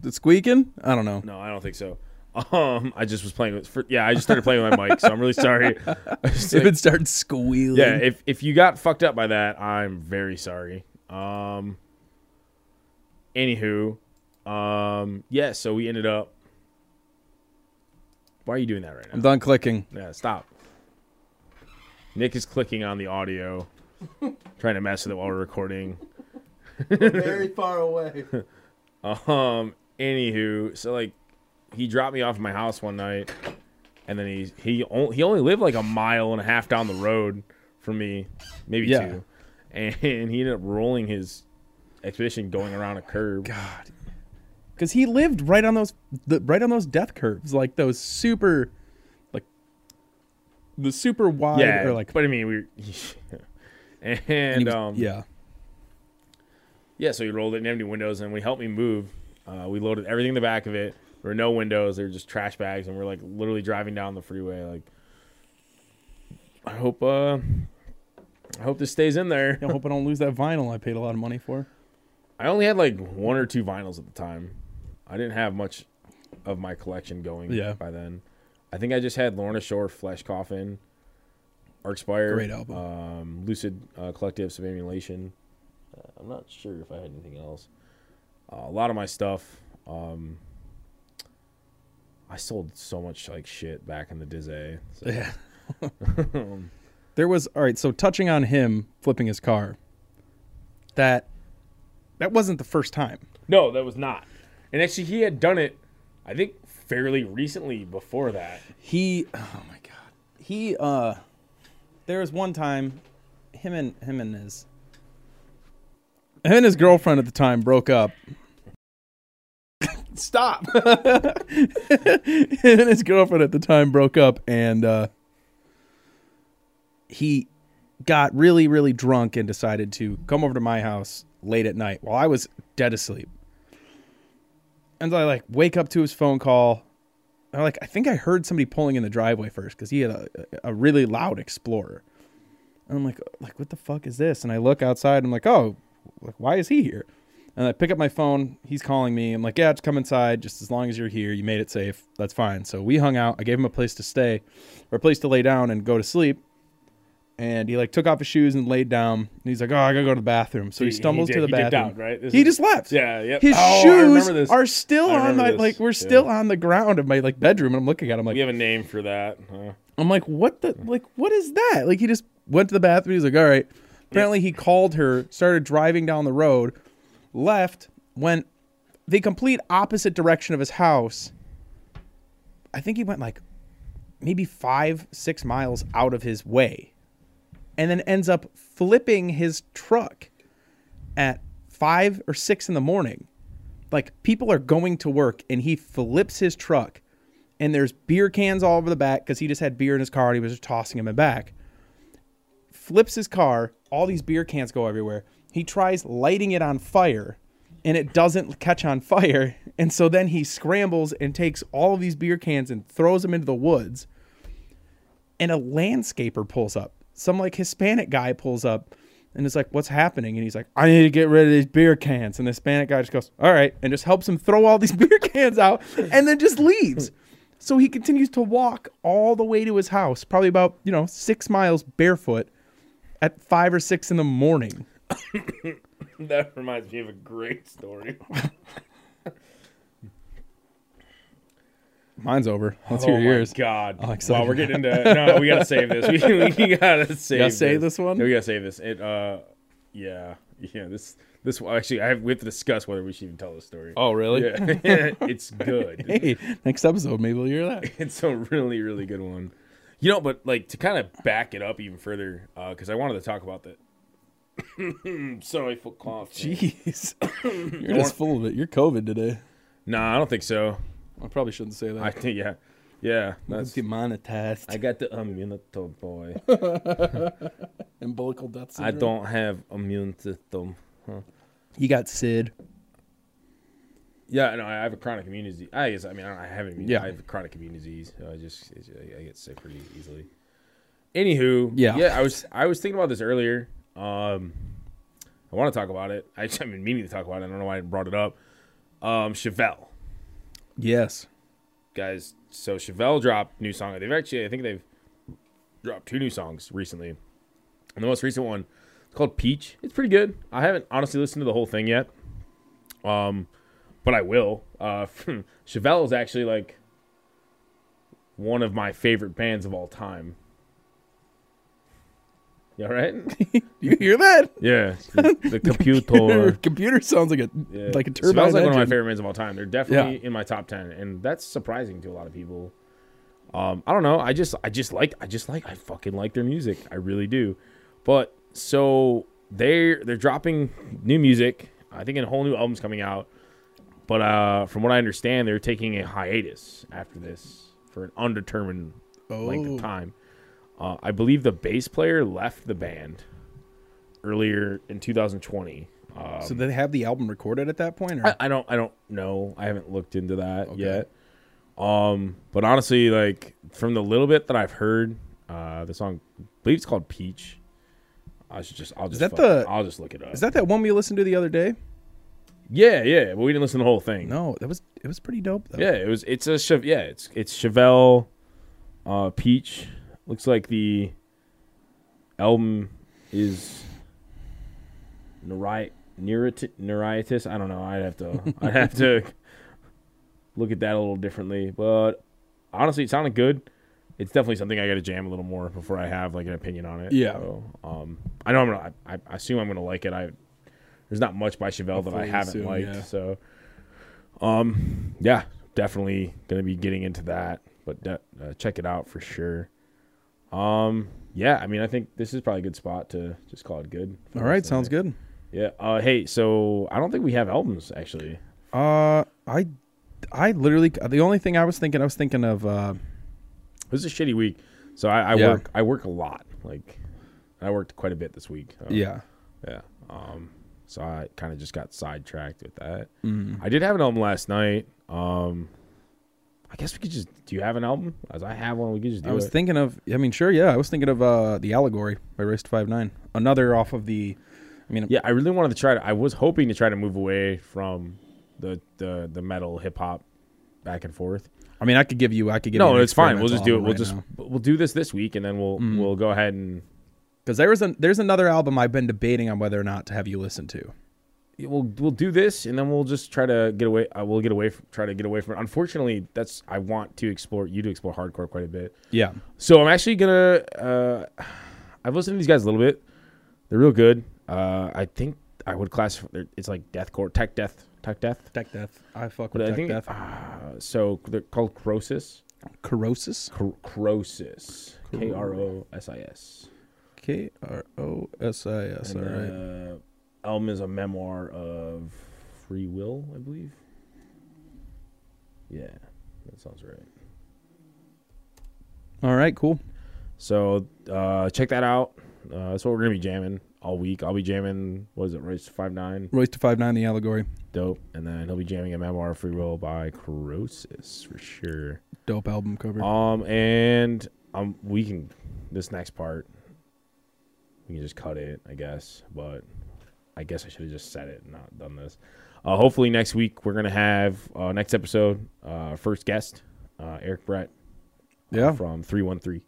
The squeaking? I don't know.
No, I don't think so. [laughs] Um, I just was playing with. For, yeah, I just started playing with my mic, so I'm
[laughs]
really sorry. I was
If
like-
it starts squealing,
yeah, if if you got fucked up by that, I'm very sorry. Um. Anywho, um, yeah. So we ended up. Why are you doing that right
I'm
now?
done clicking.
Yeah, stop. Nick is clicking on the audio, trying to mess with it while we're recording.
very far away.
Um. Anywho, so like, he dropped me off at my house one night, and then he he only, he only lived like a mile and a half down the road from me, maybe
Yeah.
two, and [laughs] he ended up rolling his expedition going around a curb.
God, because he lived right on those the, right on those death curves, like those super, like the super wide
yeah,
or like
but I mean we. [laughs] were- And,
and he was-
um, [laughs]
yeah,
Yeah, so he rolled it and empty windows, and we helped me move. Uh, we loaded everything in the back of it. There were no windows; they were just trash bags, and we're like literally driving down the freeway. Like, I hope, uh, I hope this stays in there.
I hope I don't lose that vinyl I paid a lot of money for.
I only had like one or two vinyls at the time. I didn't have much of my collection going.
Yeah.
by then, I think I just had Lorna Shore, Flesh Coffin, Arcspire,
Great album.
um, Lucid uh, Collective Sublimation. Uh, I'm not sure if I had anything else. Uh, a lot of my stuff I sold so much like shit back in the Dizay. So,
Yeah. there was all right. So touching on him flipping his car, that that wasn't the first time.
No, that was not. And actually, he had done it, I think, fairly recently before that.
He, oh my god, he. uh There was one time, him and him and his him and his girlfriend at the time broke up. [laughs] Stop. him and his girlfriend at the time broke up, and uh he got really, really drunk and decided to come over to my house late at night while I was dead asleep. And I like wake up to his phone call. And I like I think I heard somebody pulling in the driveway first because he had a, a really loud Explorer. And I'm like, like what the fuck is this? And I look outside. And I'm like, oh, like why is he here? And I pick up my phone. He's calling me. I'm like, yeah, just come inside. Just as long as you're here, you made it safe. That's fine. So we hung out. I gave him a place to stay, or a place to lay down and go to sleep. And he like took off his shoes and laid down. And he's like, oh, I gotta go to the bathroom. So he,
He- he
stumbles
did-
to the
he dipped
bathroom.
out, right? This
He
is-
just left.
Yeah, yep.
His
Oh, I remember
shoes
this.
are still
I
on
remember
my
this.
like we're
Yeah.
still on the ground of my like bedroom, and I'm looking at him like
We have a name for that. Huh? [laughs]
I'm like, what the like what is that? Like he just went to the bathroom, he's like, all right. Apparently he called her, started driving down the road, left, went the complete opposite direction of his house. I think he went like maybe five, six miles out of his way. And then ends up flipping his truck at five or six in the morning. Like people are going to work and he flips his truck and there's beer cans all over the back because he just had beer in his car and he was just tossing them in back. Flips his car, all these beer cans go everywhere. He tries lighting it on fire and it doesn't catch on fire. [laughs] And so then he scrambles and takes all of these beer cans and throws them into the woods. And a landscaper pulls up. Some like Hispanic guy pulls up and is like, What's happening? And he's like, I need to get rid of these beer cans. And the Hispanic guy just goes, All right. And just helps him throw all these [laughs] beer cans out and then just leaves. So he continues to walk all the way to his house, probably about, you know, six miles barefoot at five or six in the morning.
That reminds me of a great story.
Mine's over. Let's
oh
hear yours.
my god!
I'm excited.
Wow, we're getting into no. We gotta
[laughs]
save this. We, we gotta save.
save this one?
No, we gotta save this. It. Uh, yeah, yeah. This. This. one- Actually, I have, we have to discuss whether we should even tell this story.
Oh, really?
[laughs]
[laughs]
Yeah. it's good.
Hey, next episode, maybe we'll hear that.
it's a really really good one you know but like to kind of back it up even further because i wanted to talk about that [coughs] sorry for coughing
Jeez. You're just full of it. You're COVID today.
nah i don't think so
I probably shouldn't say that.
i think yeah yeah that's
demonetized.
i got the immunity
[laughs]
boy
Umbilical death
i don't have immune system
You got SID.
yeah no i have a chronic immune disease i guess i mean i, don't, I have immune
Yeah.
i have a chronic immune disease so i just it's- I- i get sick pretty easily anywho
Yeah.
yeah i was i was thinking about this earlier um i want to talk about it [laughs] I, i've been meaning to talk about it i don't know why i brought it up um chevelle
Yes.
guys. So Chevelle dropped new song. They've actually, I think they've dropped two new songs recently. And the most recent one, it's called Peach. It's pretty good. I haven't honestly listened to the whole thing yet, um, but I will. Uh, [laughs] Chevelle is actually like one of my favorite bands of all time. You all [laughs] right?
You hear that? [laughs]
Yeah, the, the computer.
computer sounds like a
Yeah.
like a
So that
turbine.
was like one of my
engine.
favorite bands of all time. They're definitely in my top ten, and that's surprising to a lot of people. Um, I don't know. I just, I just like, I just like, I fucking like their music. I really do. But so they're they're dropping new music. I think a whole new album's coming out. But uh, from what I understand, they're taking a hiatus after this for an undetermined length
Oh.
of time. Uh, I believe the bass player left the band earlier in 2020. Uh,
So they have the album recorded at that point? Or?
I, I don't I don't know. I haven't looked into that yet. Um, but honestly, like from the little bit that I've heard, uh, the song I believe it's called Peach. I should just I'll just
that
fucking-
the-
I'll just look it up.
is that that one we listened to the other day?
yeah, yeah, but we didn't listen to the whole thing.
No, that was it was pretty dope though.
Yeah, it was it's a Chev- yeah, it's it's Chevelle uh Peach. Looks like the album is neuritis, neuritis. I don't know. I'd have to I'd have to look at that a little differently. But honestly, it sounded good. It's definitely something I got to jam a little more before I have like an opinion on it.
Yeah.
So, um, I know I'm gonna. I, I assume I'm gonna like it. I there's not much by Chevelle that I
Hopefully
haven't
soon,
liked.
yeah.
So, um, yeah, definitely gonna be getting into that. But de- uh, check it out for sure. Um, yeah, I mean, I think this is probably a good spot to just call it good.
All right, sounds good.
Yeah. Uh, hey, so I don't think we have albums actually.
Uh, I, I literally the only thing I was thinking I was thinking of uh,
This is a shitty week, so I, I
Yeah.
work. I work a lot. Like, I worked quite a bit this week. Uh, so,
yeah.
Yeah. Um. So I kind of just got sidetracked with that.
Mm-hmm.
I did have an album last night. Um. I guess we could just. Do you have an album? As I have one, we could just do
I was
it.
thinking of. I mean, sure, yeah. I was thinking of uh, the Allegory by Race to Five Nine. Another off of the. I mean,
yeah, I really wanted to try to. I was hoping to try to move away from the the the metal hip hop back and forth.
I mean, I could give you. I could give.
no, it's fine. We'll just do it. We'll just we'll do this this week, and then we'll
Mm-hmm.
we'll go ahead and
because there was a there's another album I've been debating on whether or not to have you listen to.
we'll we'll do this, and then we'll just try to get away. Uh, we'll get away. From, try to get away from it. Unfortunately, that's I want to explore you to explore hardcore quite a bit.
Yeah,
So I'm actually gonna. Uh, I've listened to these guys a little bit. They're real good. Uh, I think I would classify. they're- It's like deathcore, tech death, tech death.
Tech Death. I fuck
But
with
I
Tech
think
Death.
uh, so. They're called Croesus.
Corrosis.
Cr- Croesus. K R O S I S.
K R O S I S. All
And,
right.
Uh, Elm is a memoir of free will, I believe. Yeah, that sounds right. uh,
All right. Cool.
So uh, check that out. Uh, that's what we're gonna be jamming all week. I'll be jamming. What is it? Race Five Nine.
Race to Five Nine. The Allegory.
Dope. And then he'll be jamming a memoir of free will by Corrosis for sure.
Dope album cover.
Um, and um, we can this next part. We can just cut it, I guess. But I guess I should have just said it, and not done this. Uh, hopefully next week we're gonna have uh, next episode. Uh, first guest, uh, Eric Brett
yeah.
from three one three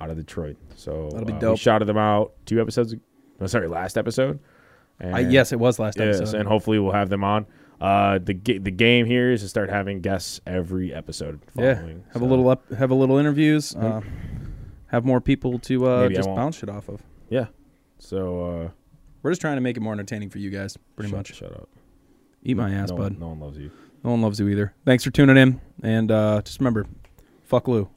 out of Detroit. So
That'll be
uh, we
dope.
shouted them out two episodes. No, sorry, last episode. And
I, yes, it was last
Yes,
episode.
and hopefully we'll have them on. Uh, the ga- the game here is to start having guests every episode.
yeah.
Following,
Have
so-
a little up. Have a little interviews. Uh, have more people to uh,
Maybe I
just
won't.
bounce shit off of.
Yeah. So uh,
We're just trying to make it more entertaining for you guys, pretty
shut,
much.
Shut up.
Eat my ass,
no,
bud.
One, no one loves you.
No one loves you either. Thanks for tuning in, and uh, just remember, fuck Lou.